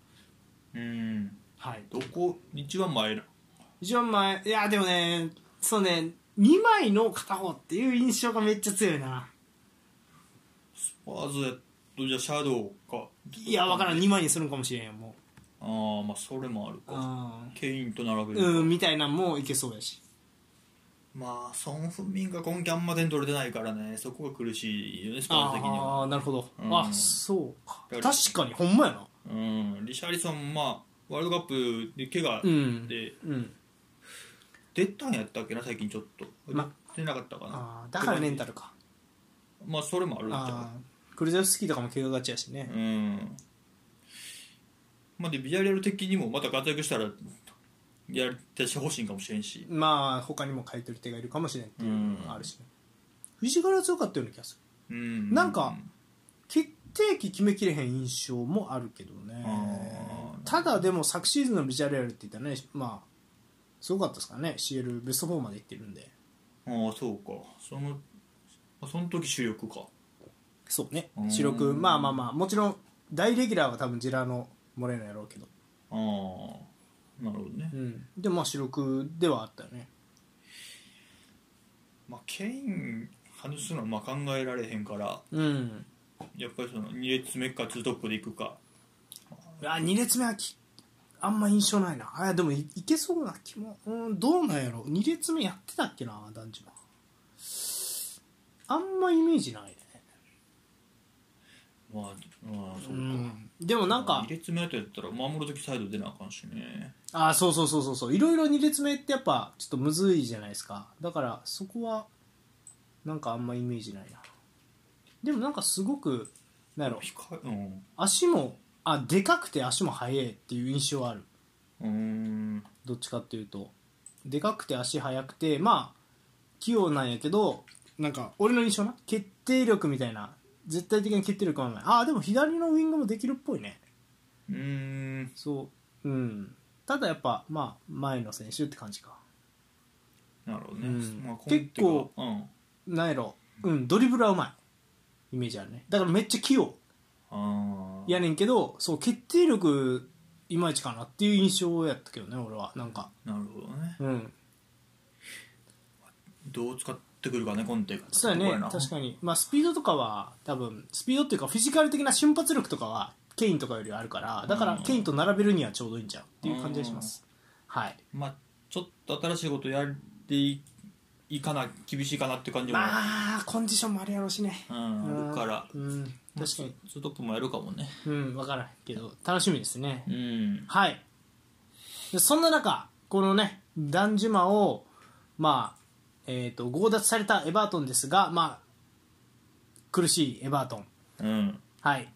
[SPEAKER 2] うん
[SPEAKER 1] はい
[SPEAKER 2] どこ一番前な
[SPEAKER 1] 一番前いやでもねそうね2枚の片方っていう印象がめっちゃ強いな
[SPEAKER 2] スパーズやとじゃあシャドウか
[SPEAKER 1] いや分からん2枚にするんかもしれんよも
[SPEAKER 2] ああまあそれもある
[SPEAKER 1] う
[SPEAKER 2] かケインと並べるか、
[SPEAKER 1] うんみたいなんもいけそうやし
[SPEAKER 2] まあソン・フンミンが今季あんま点取れてないからねそこが苦しいよねスパーズ的には
[SPEAKER 1] ああなるほど、
[SPEAKER 2] うん
[SPEAKER 1] あそうか
[SPEAKER 2] だから
[SPEAKER 1] 確かにほんまやな
[SPEAKER 2] うんリシャリソンまあワールドカップで怪我
[SPEAKER 1] うん
[SPEAKER 2] で
[SPEAKER 1] うん
[SPEAKER 2] 出たんやったっけな最近ちょっと
[SPEAKER 1] ま
[SPEAKER 2] 出てなかったか
[SPEAKER 1] あ
[SPEAKER 2] な
[SPEAKER 1] ーだからレンタルか
[SPEAKER 2] まあそれもあるんち
[SPEAKER 1] あ
[SPEAKER 2] ゃ
[SPEAKER 1] ークルゼフスキーとかも怪我がちやしね
[SPEAKER 2] ううんまあでビジュアル的にもまた活躍したらやってほしいんかもしれんし
[SPEAKER 1] まあ他にも買い取り手がいるかもしれんっていうのがあるしね藤原強かったような気がする
[SPEAKER 2] うん
[SPEAKER 1] なんか決定機決めきれへん印象もあるけどね
[SPEAKER 2] あー
[SPEAKER 1] ただでも昨シーズンのビジュアルやるって言ったらねまあすごかったですからね CL ベスト4までいってるんで
[SPEAKER 2] ああそうかそのあその時主力か
[SPEAKER 1] そうね
[SPEAKER 2] うん
[SPEAKER 1] 主力まあまあまあもちろん大レギュラーは多分ジェラーノ・モレーノやろうけど、
[SPEAKER 2] ああなるほどね、
[SPEAKER 1] うん、でもまあ主力ではあったよね
[SPEAKER 2] まあ、ケイン外すのはまあ考えられへんから
[SPEAKER 1] うん
[SPEAKER 2] やっぱりその2列目か2トップでいくか
[SPEAKER 1] あ2列目はきあんま印象ないなあでもいいけそうな気もうんどうなんやろ2列目やってたっけな男女はあんまイメージないね、
[SPEAKER 2] まあ、ああそううか、
[SPEAKER 1] ん、でもなんか
[SPEAKER 2] 2列目やったら守る時サイド出なあかんしね
[SPEAKER 1] あそうそうそうそうそういろいろ2列目ってやっぱちょっとむずいじゃないですかだからそこはなんかあんまイメージないなでもなんかすごくなんやろ
[SPEAKER 2] 控えうん
[SPEAKER 1] 足もあでかくて足も速いっていう印象はある
[SPEAKER 2] うーん
[SPEAKER 1] どっちかっていうとでかくて足速くてまあ器用なんやけどなんか俺の印象な決定力みたいな絶対的な決定力はないあでも左のウィングもできるっぽいね
[SPEAKER 2] うーん
[SPEAKER 1] そううんただやっぱまあ前の選手って感じか
[SPEAKER 2] なるほどね、
[SPEAKER 1] うん
[SPEAKER 2] まあ、今季は
[SPEAKER 1] 結
[SPEAKER 2] うん
[SPEAKER 1] なんやろうんドリブルはうまいイメージあるねだからめっちゃ器用
[SPEAKER 2] ああ
[SPEAKER 1] やねんけどそう決定力いまいちかなっていう印象やったけどね俺はなんか
[SPEAKER 2] なるほどね
[SPEAKER 1] うん
[SPEAKER 2] どう使ってくるかねコンテが
[SPEAKER 1] そうだね確かに、まあ、スピードとかは多分スピードっていうかフィジカル的な瞬発力とかはケインとかよりはあるからだから
[SPEAKER 2] うん
[SPEAKER 1] ケインと並べるにはちょうどいいんちゃうっていう感じがします、はい
[SPEAKER 2] まあちょっと新しいことやっていいかな厳しいかなって感じも、
[SPEAKER 1] まあコンディションもあるやろうしね
[SPEAKER 2] うん、あるから
[SPEAKER 1] うん確かに
[SPEAKER 2] ツートップもやるかもね
[SPEAKER 1] うん分からんけど楽しみですね、
[SPEAKER 2] うん
[SPEAKER 1] はいでそんな中このねダンジュマをまあえー、と強奪されたエバートンですが、まあ、苦しいエバートン
[SPEAKER 2] うん
[SPEAKER 1] はい、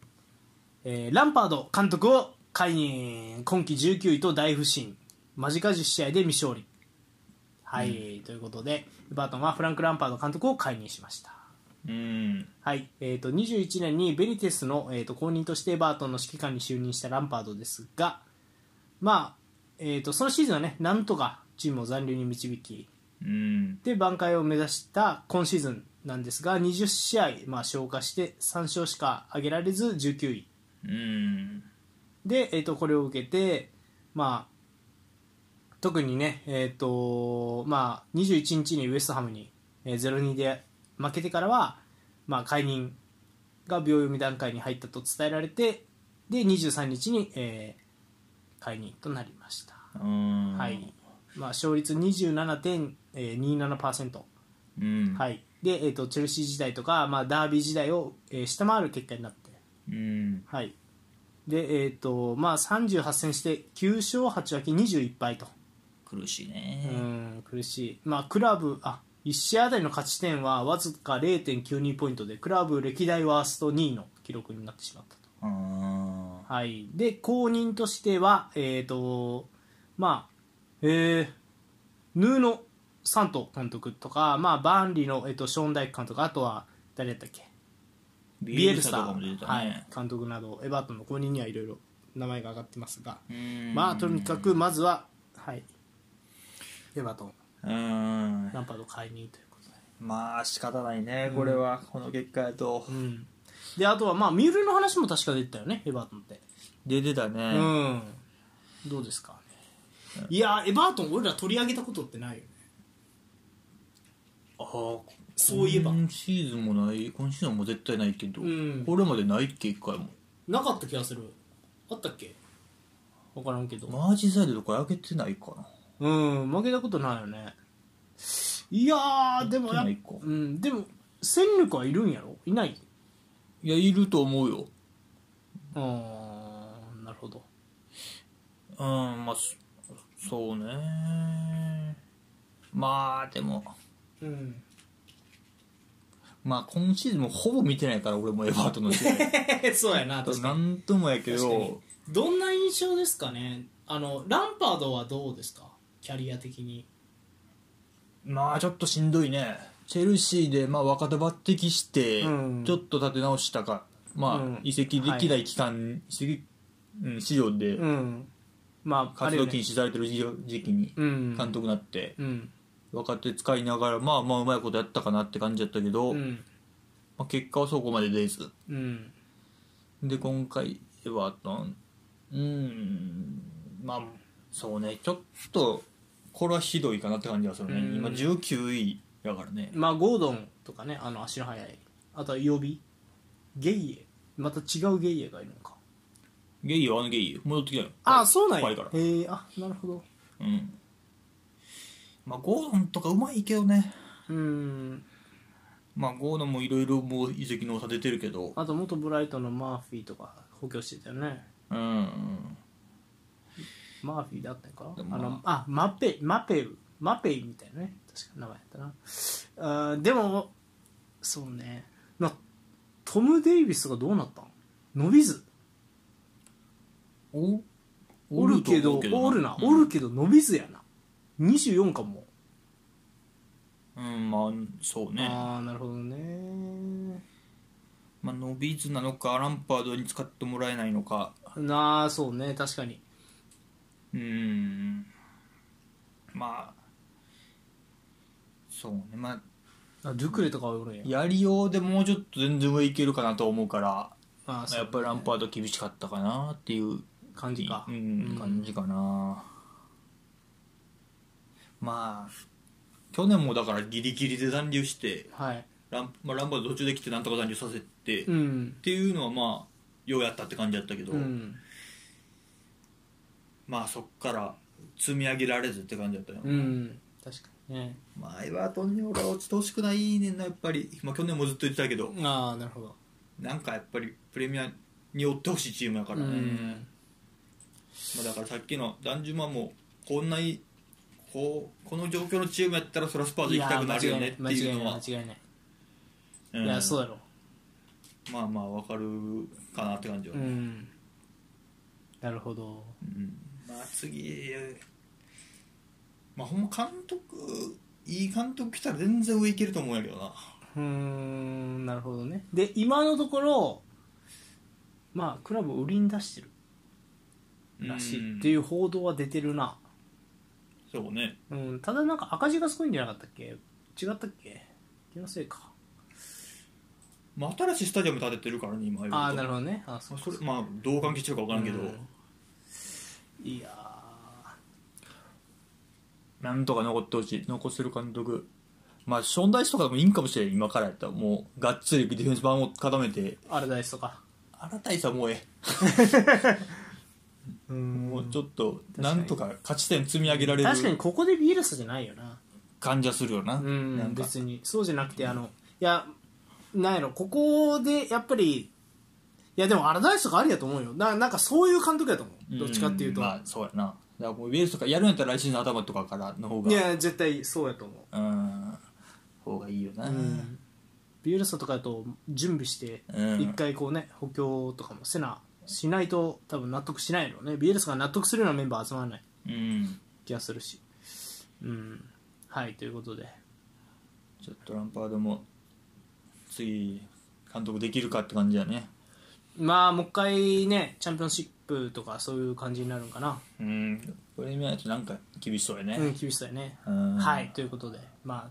[SPEAKER 1] えーランパード監督を解任今季19位と大不振間近10試合で未勝利はい、ということでエバートンはフランク・ランパード監督を解任しました
[SPEAKER 2] うん
[SPEAKER 1] はいえー、と21年にベニテスの、えー、と後任としてエバートンの指揮官に就任したランパードですが、まあえー、とそのシーズンは、ね、なんとかチームを残留に導き
[SPEAKER 2] うん
[SPEAKER 1] で挽回を目指した今シーズンなんですが20試合、まあ、消化して3勝しか挙げられず19位
[SPEAKER 2] うん
[SPEAKER 1] で、えー、とこれを受けて、まあ、特にね、えーとまあ、21日にウエストハムに、えー0-2で負けてからは、まあ、解任が秒読み段階に入ったと伝えられてで23日に、えー解任となりました、
[SPEAKER 2] うん
[SPEAKER 1] はいまあ、勝率27.27%、
[SPEAKER 2] うん
[SPEAKER 1] はいでえー、とチェルシー時代とか、まあ、ダービー時代を、えー下回る結果になって
[SPEAKER 2] うん
[SPEAKER 1] はい、で、えーとまあ、38戦して9勝8分け21敗と、
[SPEAKER 2] 苦しいうね
[SPEAKER 1] ん、苦しい、まあ、クラブあ1試合あたりの勝ち点はわずか0.92ポイントでクラブ歴代ワースト2位の記録になってしまったと、
[SPEAKER 2] ああ
[SPEAKER 1] はい、で後任としては、えーとまあえーヌーノ・サント監督とか、まあ、バーンリーの、えっと、ショーン・ダイク監督あとは誰だったっけ
[SPEAKER 2] ビ
[SPEAKER 1] ビエ
[SPEAKER 2] エル
[SPEAKER 1] ル
[SPEAKER 2] サ
[SPEAKER 1] サ
[SPEAKER 2] とかも出てた
[SPEAKER 1] は
[SPEAKER 2] ね
[SPEAKER 1] い、、監督などエバートンの5人にはいろいろ名前が上がってますが、
[SPEAKER 2] うん
[SPEAKER 1] まあとにかくまずは、はい、エバートン
[SPEAKER 2] うん
[SPEAKER 1] ランパード介入ということで、
[SPEAKER 2] まあ仕方ないねこれは、この結果やと
[SPEAKER 1] うん、であとはまあミュールの話も確か出てたよねエバートンって
[SPEAKER 2] 出てたね、
[SPEAKER 1] うんどうですかねいやーエバートン俺ら取り上げたことってないよね
[SPEAKER 2] ああ
[SPEAKER 1] そういえば
[SPEAKER 2] 今シーズンもない今シーズンも絶対ないけど、
[SPEAKER 1] うん
[SPEAKER 2] これまでないっけ一回も
[SPEAKER 1] なかった気がするあったっけ分からんけど、
[SPEAKER 2] マージサイドとか開けてないか
[SPEAKER 1] う
[SPEAKER 2] な
[SPEAKER 1] ん負けたことないよねいやーでもやっ
[SPEAKER 2] やってないか
[SPEAKER 1] うんでも戦力はいるんやろいない
[SPEAKER 2] いやいると思うよ
[SPEAKER 1] うーんなるほど
[SPEAKER 2] うんまあそそうねまあでも
[SPEAKER 1] うん
[SPEAKER 2] まあ今シーズンもほぼ見てないから俺もエバートンの試合
[SPEAKER 1] そうやな確か
[SPEAKER 2] な
[SPEAKER 1] に
[SPEAKER 2] んともやけ
[SPEAKER 1] 確かに
[SPEAKER 2] ど
[SPEAKER 1] どんな印象ですかねあのランパードはどうですかキャリア的に
[SPEAKER 2] まあちょっとしんどいねチェルシーでまあ若手抜擢して
[SPEAKER 1] うん
[SPEAKER 2] ちょっと立て直したか、まあ、
[SPEAKER 1] うん
[SPEAKER 2] 移籍できない期間、移籍うん、市場で
[SPEAKER 1] うんまああ
[SPEAKER 2] 活
[SPEAKER 1] れ
[SPEAKER 2] 動
[SPEAKER 1] よ
[SPEAKER 2] 禁
[SPEAKER 1] ね
[SPEAKER 2] 止されてる時時期に
[SPEAKER 1] うん
[SPEAKER 2] 監督になって
[SPEAKER 1] うん
[SPEAKER 2] 若手使いながらまあまあうまいことやったかなって感じだったけど、
[SPEAKER 1] うん
[SPEAKER 2] まあ、結果はそこまで出ず
[SPEAKER 1] うん
[SPEAKER 2] で今回エバートンうんまあそうねちょっとこれはひどいかなって感じがするね、
[SPEAKER 1] うん
[SPEAKER 2] 今19位だからね
[SPEAKER 1] まあゴードンとかねあの足の速いあとは曜日ゲイエまた違うゲイエがいるのか
[SPEAKER 2] ゲイよあのゲイよ戻ってきたよ
[SPEAKER 1] あそうなんや
[SPEAKER 2] 怖
[SPEAKER 1] へ
[SPEAKER 2] いから
[SPEAKER 1] えあなるほど
[SPEAKER 2] うんまあゴードンとかうまいけどね
[SPEAKER 1] うん
[SPEAKER 2] まあゴードンもいろいろもう移籍の差出てるけど
[SPEAKER 1] あと元ブライトンのマーフィーとか補強してたよね
[SPEAKER 2] うんうん
[SPEAKER 1] マーフィーだったんか
[SPEAKER 2] でも
[SPEAKER 1] あ
[SPEAKER 2] ま
[SPEAKER 1] のあマペマペウマペイみたいなね確か名前やったなあーでもそうねなトム・デイビスがどうなったん伸びず
[SPEAKER 2] お
[SPEAKER 1] おるけど
[SPEAKER 2] と思う
[SPEAKER 1] おるな、
[SPEAKER 2] うん
[SPEAKER 1] おるけど伸びずやな24かも
[SPEAKER 2] うんまあそうね
[SPEAKER 1] ああなるほどね
[SPEAKER 2] まあ、伸びずなのかランパードに使ってもらえないのか
[SPEAKER 1] なあそうね確かに
[SPEAKER 2] うーんまあそうねまあ
[SPEAKER 1] あドゥクレとかはおるんや
[SPEAKER 2] やりようでもうちょっと全然上いけるかなと思うから
[SPEAKER 1] あー
[SPEAKER 2] まあ
[SPEAKER 1] そう
[SPEAKER 2] やっぱりランパード厳しかったかなっていう
[SPEAKER 1] 感じか
[SPEAKER 2] うん
[SPEAKER 1] うん
[SPEAKER 2] 感じかなまあ去年もだからギリギリで残留して
[SPEAKER 1] はい
[SPEAKER 2] ラン,、まあ、ランパード途中で来てなんとか残留させて、
[SPEAKER 1] う
[SPEAKER 2] っ
[SPEAKER 1] ん
[SPEAKER 2] ていうのはまあようやったって感じだったけど、
[SPEAKER 1] うん
[SPEAKER 2] まあそっから積み上げられずって感じだったよ、
[SPEAKER 1] うん確かにね
[SPEAKER 2] まあエバートンに俺は落ちてほしくないねんなやっぱり、まあ、去年もずっと言ってたけど
[SPEAKER 1] ああなるほど
[SPEAKER 2] なんかやっぱりプレミアに追ってほしいチームやからね、
[SPEAKER 1] うん
[SPEAKER 2] まあ、だからさっきのダンジュマンもこんないこうこの状況のチームやったらそりゃスパーズ行きたくなるよねっていうのは
[SPEAKER 1] 間違いない間違いない、
[SPEAKER 2] うん
[SPEAKER 1] いやそうだろ
[SPEAKER 2] まあまあわかるかなって感じは
[SPEAKER 1] う
[SPEAKER 2] ね、
[SPEAKER 1] んなるほど
[SPEAKER 2] うんまあ次まあほんま監督いい監督来たら全然上いけると思うんやけどな
[SPEAKER 1] うーんなるほどねで今のところまあクラブを売りに出してるらしいっていうう報道は出てるな、
[SPEAKER 2] んそうね
[SPEAKER 1] うん、ただなんか赤字がすごいんじゃなかったっけ違ったっけ気のせいか
[SPEAKER 2] まあ、新しいスタジアム建ててるからね今
[SPEAKER 1] ああなるほ
[SPEAKER 2] ど
[SPEAKER 1] どねあそう
[SPEAKER 2] それまあどう関係してるか分からんけど、
[SPEAKER 1] うんいや
[SPEAKER 2] なんとか残ってほしい残せる監督まあショーンダイスとかでもいいんかもしれん今からやったらもうがっつりディフェンス版を固めて
[SPEAKER 1] ーアルダイスとか
[SPEAKER 2] 新たいさもうえ
[SPEAKER 1] う
[SPEAKER 2] え
[SPEAKER 1] ん
[SPEAKER 2] もうちょっ
[SPEAKER 1] 確
[SPEAKER 2] と
[SPEAKER 1] かに
[SPEAKER 2] なんとか勝ち点積み上げられ
[SPEAKER 1] 確かに
[SPEAKER 2] る
[SPEAKER 1] ここでビエルスじゃないよな
[SPEAKER 2] 感じはするよな,、
[SPEAKER 1] うん
[SPEAKER 2] なんか
[SPEAKER 1] 別にそうじゃなくてあのいやなんやろここでやっぱりいやでもアラダイスとかありやと思うよななんかそういう監督やと思うどっちかっていうと、
[SPEAKER 2] んまあそうやなだからもうウェールズとかやるんやったら来シーズン頭とかからの方が
[SPEAKER 1] いや絶対そうやと思
[SPEAKER 2] うん方がいいよな、
[SPEAKER 1] う、うん、ビエルサとかだと準備して
[SPEAKER 2] うん
[SPEAKER 1] 一回こうね補強とかもせなしないと多分納得しないのねビエルサが納得するようなメンバー集まらない
[SPEAKER 2] うん
[SPEAKER 1] 気がするしうんはいということで
[SPEAKER 2] ちょっとランパードも次監督できるかって感じだね
[SPEAKER 1] まあもう一回ねチャンピオンシップとかそういう感じになるんかな
[SPEAKER 2] うんプレミアだとなんか厳しそうやね、
[SPEAKER 1] うん厳しさよね
[SPEAKER 2] うん
[SPEAKER 1] はいということでまあ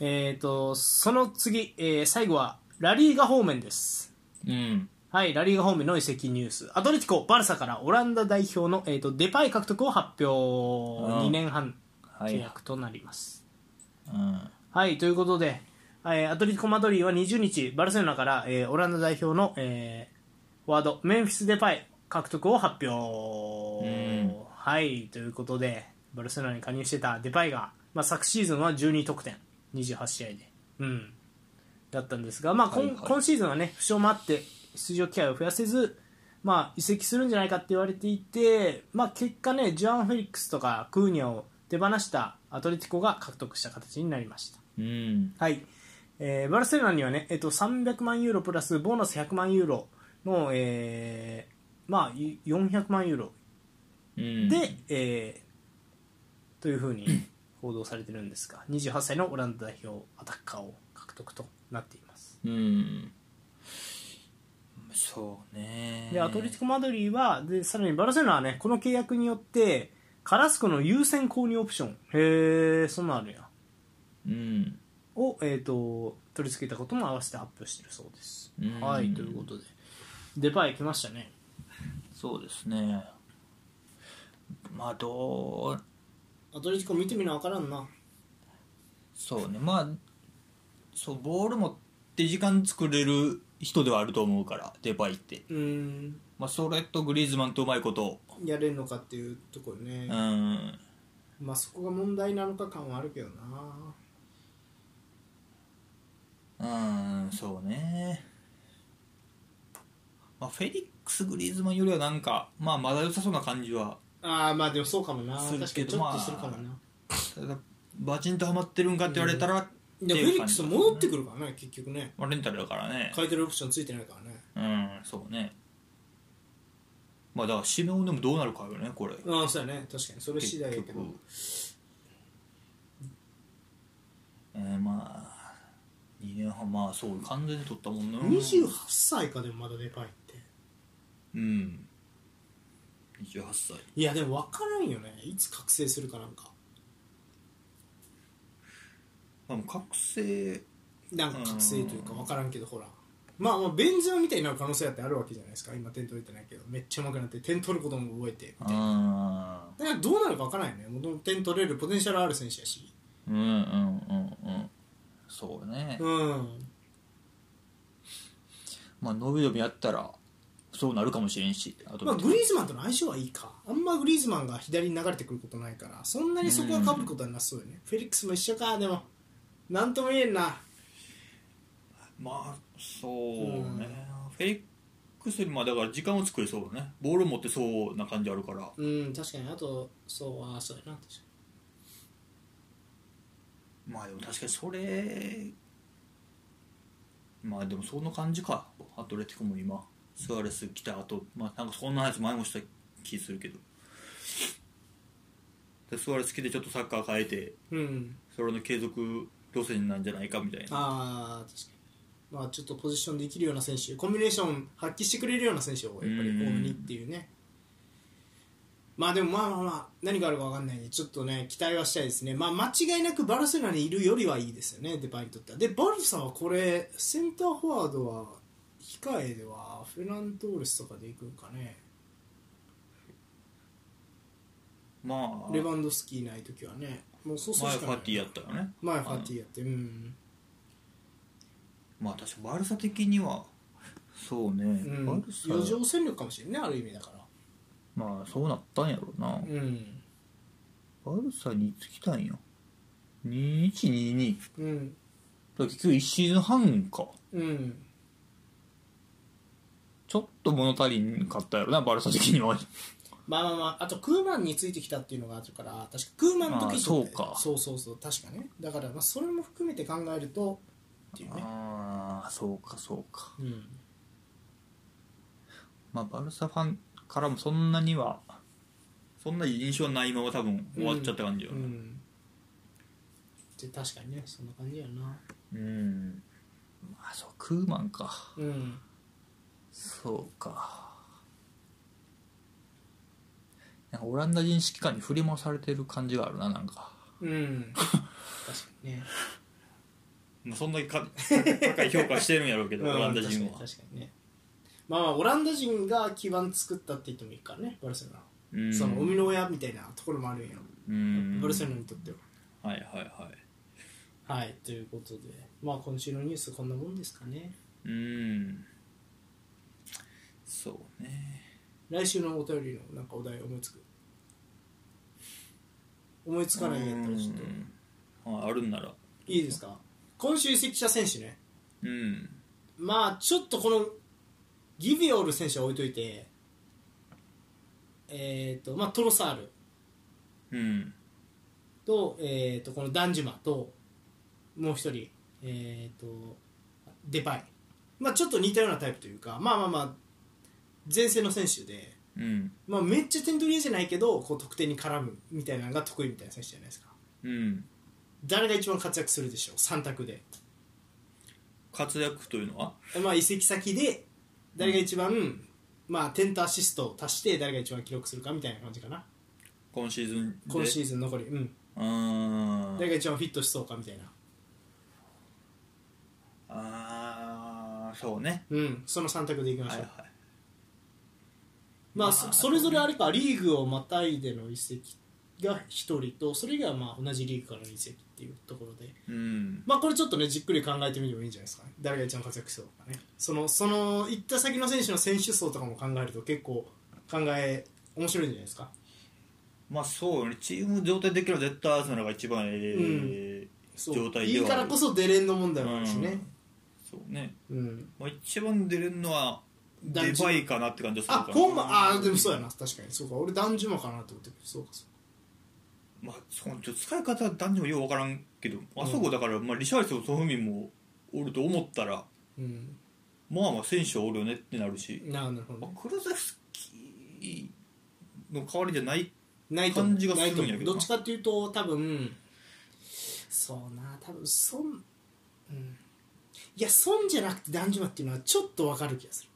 [SPEAKER 1] えっ、とその次、えー最後はラリーガ方面です
[SPEAKER 2] うん
[SPEAKER 1] はい、ラリーガ方面の移籍ニュース。アトレティコ、バルサからオランダ代表の、えー、とデパイ獲得を発表。2年半
[SPEAKER 2] はい
[SPEAKER 1] 契約となります。
[SPEAKER 2] うん
[SPEAKER 1] はい、ということで、えーアトレティコ・マドリーは20日、バルセロナから、えーオランダ代表の、えーフォワード、メンフィス・デパイ獲得を発表。
[SPEAKER 2] うん
[SPEAKER 1] はい、ということで、バルセロナに加入してたデパイが、まあ、昨シーズンは12得点、28試合で。うんだったんですが、まあ
[SPEAKER 2] はい
[SPEAKER 1] 今
[SPEAKER 2] はい
[SPEAKER 1] 今シーズンはね負傷もあって出場機会を増やせず、まあ、移籍するんじゃないかって言われていて、まあ、結果ねジュアン・フェリックスとかクーニャを手放したアトレティコが獲得した形になりました、
[SPEAKER 2] うん
[SPEAKER 1] はいえーバルセロナにはね、えっと300万ユーロプラスボーナス100万ユーロの、えーまあ、い400万ユーロ
[SPEAKER 2] うん
[SPEAKER 1] で、えーというふうに報道されてるんですが28歳のオランダ代表アタッカーを獲得となっています
[SPEAKER 2] うんそうね
[SPEAKER 1] でアトレティコ・マドリーはでさらにバルセロナはねこの契約によってカラスコの優先購入オプションへえそんなんあるや
[SPEAKER 2] うん
[SPEAKER 1] を、えー、と取り付けたことも合わせて発表してるそうです、
[SPEAKER 2] うん
[SPEAKER 1] はいということでデパイ来ましたね
[SPEAKER 2] そうですねまあどう
[SPEAKER 1] アトレティコ見てみな分からんな
[SPEAKER 2] そうねまあそうボール持って時間作れる人ではあると思うからデパイって、
[SPEAKER 1] うーん
[SPEAKER 2] まあ、それとグリーズマンとうまいこと
[SPEAKER 1] やれるのかっていうところね
[SPEAKER 2] うん
[SPEAKER 1] まあそこが問題なのか感はあるけどな
[SPEAKER 2] うんそうね、まあ、フェリックス・グリーズマンよりはなんか、まあ、まだ良さそうな感じは
[SPEAKER 1] ああまあでもそうかもな
[SPEAKER 2] するけど
[SPEAKER 1] 確かに
[SPEAKER 2] まただバチンとハマってるんかって言われたら、って
[SPEAKER 1] で
[SPEAKER 2] い
[SPEAKER 1] フ
[SPEAKER 2] う
[SPEAKER 1] ェリックス
[SPEAKER 2] 感じ
[SPEAKER 1] 戻ってくるからね結局ね
[SPEAKER 2] まあ、レンタルだからね
[SPEAKER 1] 買い取りオプションついてないからね
[SPEAKER 2] うんそうねまあだから指名でもどうなるかよねこれ
[SPEAKER 1] ああそうやね確かにそれ次第やけど
[SPEAKER 2] 結局えー、まあ2年半まあそう完全に取ったもんな
[SPEAKER 1] 28歳かでもまだデパイって
[SPEAKER 2] うん28歳
[SPEAKER 1] いやでも分からんよねいつ覚醒するかなんか
[SPEAKER 2] まあもう覚醒
[SPEAKER 1] なんか覚醒というか分からんけどほらまあまあベンゼマみたいになる可能性だってあるわけじゃないですか今点取れてないけどめっちゃうまくなって点取ることも覚えてみたいな
[SPEAKER 2] あ
[SPEAKER 1] だからどうなるか分からんよねもともと点取れるポテンシャルある選手やし
[SPEAKER 2] ーうんうんうんうんそうね、
[SPEAKER 1] うん
[SPEAKER 2] まあ伸び伸びやったらそうなるかもしれんしあと、
[SPEAKER 1] まあグリーズマンとの相性はいいかあんまグリーズマンが左に流れてくることないからそんなにそこは被ることはなさそうよねフェリックスも一緒かでもなんとも言えんな
[SPEAKER 2] まあそうね、フェリックスよりまあだから時間を作れそうねボール持ってそうな感じあるから
[SPEAKER 1] うん確かにあとそうああそうやな確かに
[SPEAKER 2] まあでも確かにそれまあでもその感じかアトレティコも今スアレス来た後まあなんかそんな話前もした気するけどでスアレス来てちょっとサッカー変えて
[SPEAKER 1] うん
[SPEAKER 2] それの継続路線なんじゃないかみたいな
[SPEAKER 1] ああ確かにまあちょっとポジションできるような選手コンビネーション発揮してくれるような選手をやっぱり
[SPEAKER 2] うん
[SPEAKER 1] 多めにっていうねまあでもまあまあまあ何があるか分かんないんでちょっとね期待はしたいですねまあ間違いなくバルセロナにいるよりはいいですよねデパイにとってはでバルサはこれセンターフォワードは控えではフェラントーレスとかでいくんかね
[SPEAKER 2] まあ
[SPEAKER 1] レ
[SPEAKER 2] 前フ
[SPEAKER 1] バンドフスキーいない時はねもうそうそう
[SPEAKER 2] ァ
[SPEAKER 1] しかない
[SPEAKER 2] ーティーやったらね
[SPEAKER 1] 前ファティやってうん
[SPEAKER 2] まあ確かバルサ的にはそうね、
[SPEAKER 1] うん
[SPEAKER 2] バル
[SPEAKER 1] 余
[SPEAKER 2] サ
[SPEAKER 1] 剰戦力かもしれんねある意味だから
[SPEAKER 2] まあそうなったんやろうな、
[SPEAKER 1] うん
[SPEAKER 2] バルサにいつ来たんや2122だか
[SPEAKER 1] うん
[SPEAKER 2] ら結局1シーズン半か
[SPEAKER 1] うん
[SPEAKER 2] ちょっと物足りんかったやろなバルサ的には
[SPEAKER 1] まあまあまああとクーマンについてきたっていうのがあるから確かクーマンの時って
[SPEAKER 2] あそうか
[SPEAKER 1] そうそうそう確かねだからまあそれも含めて考えるとっていうね
[SPEAKER 2] ああそうかそうか
[SPEAKER 1] うん
[SPEAKER 2] まあバルサファンからもそんなにはそんないい印象はないまま多分終わっちゃった感じよ、
[SPEAKER 1] うんじ確かにねそんな感じやな
[SPEAKER 2] うんまあそうクーマンか
[SPEAKER 1] うん
[SPEAKER 2] そうかなんかオランダ人指揮官に振り回されてる感じがあるななんか
[SPEAKER 1] うん確かにね
[SPEAKER 2] そんなにか 高い評価してるんやろうけ どオランダ人
[SPEAKER 1] うん確
[SPEAKER 2] は
[SPEAKER 1] かに確かにねまあまあオランダ人が基盤作ったって言ってもいいからねバルセロナは
[SPEAKER 2] うん
[SPEAKER 1] その生みの親みたいなところもあるんやろ
[SPEAKER 2] うん
[SPEAKER 1] バルセ
[SPEAKER 2] は
[SPEAKER 1] ロナにとっては、
[SPEAKER 2] いはいはい
[SPEAKER 1] はいということでまあ今週のニュースこんなもんですかね
[SPEAKER 2] うんそうね
[SPEAKER 1] 来週のお便りのなんかお題思いつく思いつかないんやったらちょっと
[SPEAKER 2] うんああるんなら
[SPEAKER 1] いいですか今週移籍した選手ね
[SPEAKER 2] うん
[SPEAKER 1] まあちょっとこのギビオール選手は置いといてえっ、とまあトロサール
[SPEAKER 2] うん
[SPEAKER 1] と,、えー、とこのダンジュマともう一人、えー、とデパイ、まあ、ちょっと似たようなタイプというかまあまあまあ前線の選手で、
[SPEAKER 2] うん
[SPEAKER 1] まあ、めっちゃ点取り屋じゃないけどこう得点に絡むみたいなのが得意みたいな選手じゃないですか
[SPEAKER 2] うん
[SPEAKER 1] 誰が一番活躍するでしょう3択で、
[SPEAKER 2] 活躍というのは
[SPEAKER 1] まあ、移籍先で誰が一番、まあ、点とアシストを足して誰が一番記録するかみたいな感じかな
[SPEAKER 2] 今シーズンで
[SPEAKER 1] 今シーズン残り、うん、
[SPEAKER 2] うーん
[SPEAKER 1] 誰が一番フィットしそうかみたいな、
[SPEAKER 2] ああそうね
[SPEAKER 1] うん、その3択でいきましょ
[SPEAKER 2] は
[SPEAKER 1] う、
[SPEAKER 2] いはい
[SPEAKER 1] まあ、
[SPEAKER 2] ま
[SPEAKER 1] そ
[SPEAKER 2] あ
[SPEAKER 1] それぞれあれかリーグをまたいでの移籍が1人とそれ以外はまあ同じリーグからの移籍っていうところで、
[SPEAKER 2] うん
[SPEAKER 1] まあ、これちょっとねじっくり考えてみてもいいんじゃないですかね誰が一番活躍しそうかねそのその行った先の選手の選手層とかも考えると結構考え面白いんじゃないですか
[SPEAKER 2] まあそうよねチーム状態できれば絶対アーセナルが一番ええ
[SPEAKER 1] そう
[SPEAKER 2] 状態
[SPEAKER 1] い
[SPEAKER 2] ではい
[SPEAKER 1] からこそ出れんの問題もあるし
[SPEAKER 2] う
[SPEAKER 1] ね
[SPEAKER 2] ん、そうね、
[SPEAKER 1] うん
[SPEAKER 2] まあ、一番出れるのは
[SPEAKER 1] ダン
[SPEAKER 2] デ
[SPEAKER 1] ジ
[SPEAKER 2] バイかなって感じがする
[SPEAKER 1] あ
[SPEAKER 2] から
[SPEAKER 1] ほんまあでもそうやな確かにそうか俺ダンジュマかなと思ってるそうかそうか
[SPEAKER 2] まあそうちょっと使い方は男女もよう分からんけどあそこだから、まあ、リシャーリソンソフミンもおると思ったら
[SPEAKER 1] うん
[SPEAKER 2] まあまあ選手はおるよねってなるし、
[SPEAKER 1] ななるほど
[SPEAKER 2] ま
[SPEAKER 1] ね
[SPEAKER 2] あ、クルゼフスキーの代わりじゃない
[SPEAKER 1] ないと思う
[SPEAKER 2] 感じがするんやけどな
[SPEAKER 1] ないと思うどっちかっていうと多分そうな多分損うんいや損じゃなくてダンジュマっていうのはちょっと分かる気がする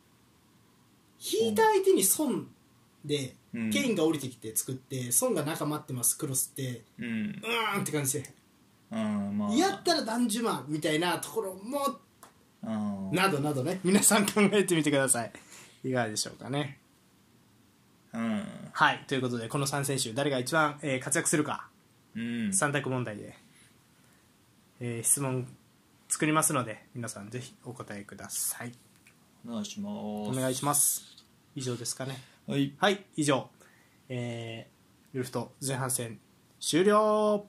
[SPEAKER 1] 引いた相手に損で、
[SPEAKER 2] うん
[SPEAKER 1] ケインが降りてきて作って損が仲間ってますクロスって
[SPEAKER 2] うん
[SPEAKER 1] う、ーんって感じで、
[SPEAKER 2] うん、まあ
[SPEAKER 1] やったらダンジュマみたいなところも
[SPEAKER 2] うん
[SPEAKER 1] などなどね皆さん考えてみてくださいいかがでしょうかね
[SPEAKER 2] うん
[SPEAKER 1] はいということでこの3選手誰が一番、えー活躍するか
[SPEAKER 2] うん
[SPEAKER 1] 3択問題で、えー質問作りますので皆さんぜひお答えください
[SPEAKER 2] お願いしま
[SPEAKER 1] お
[SPEAKER 2] す
[SPEAKER 1] 願いします以上ですかね
[SPEAKER 2] はい
[SPEAKER 1] はい以上えー、ウルフと前半戦終了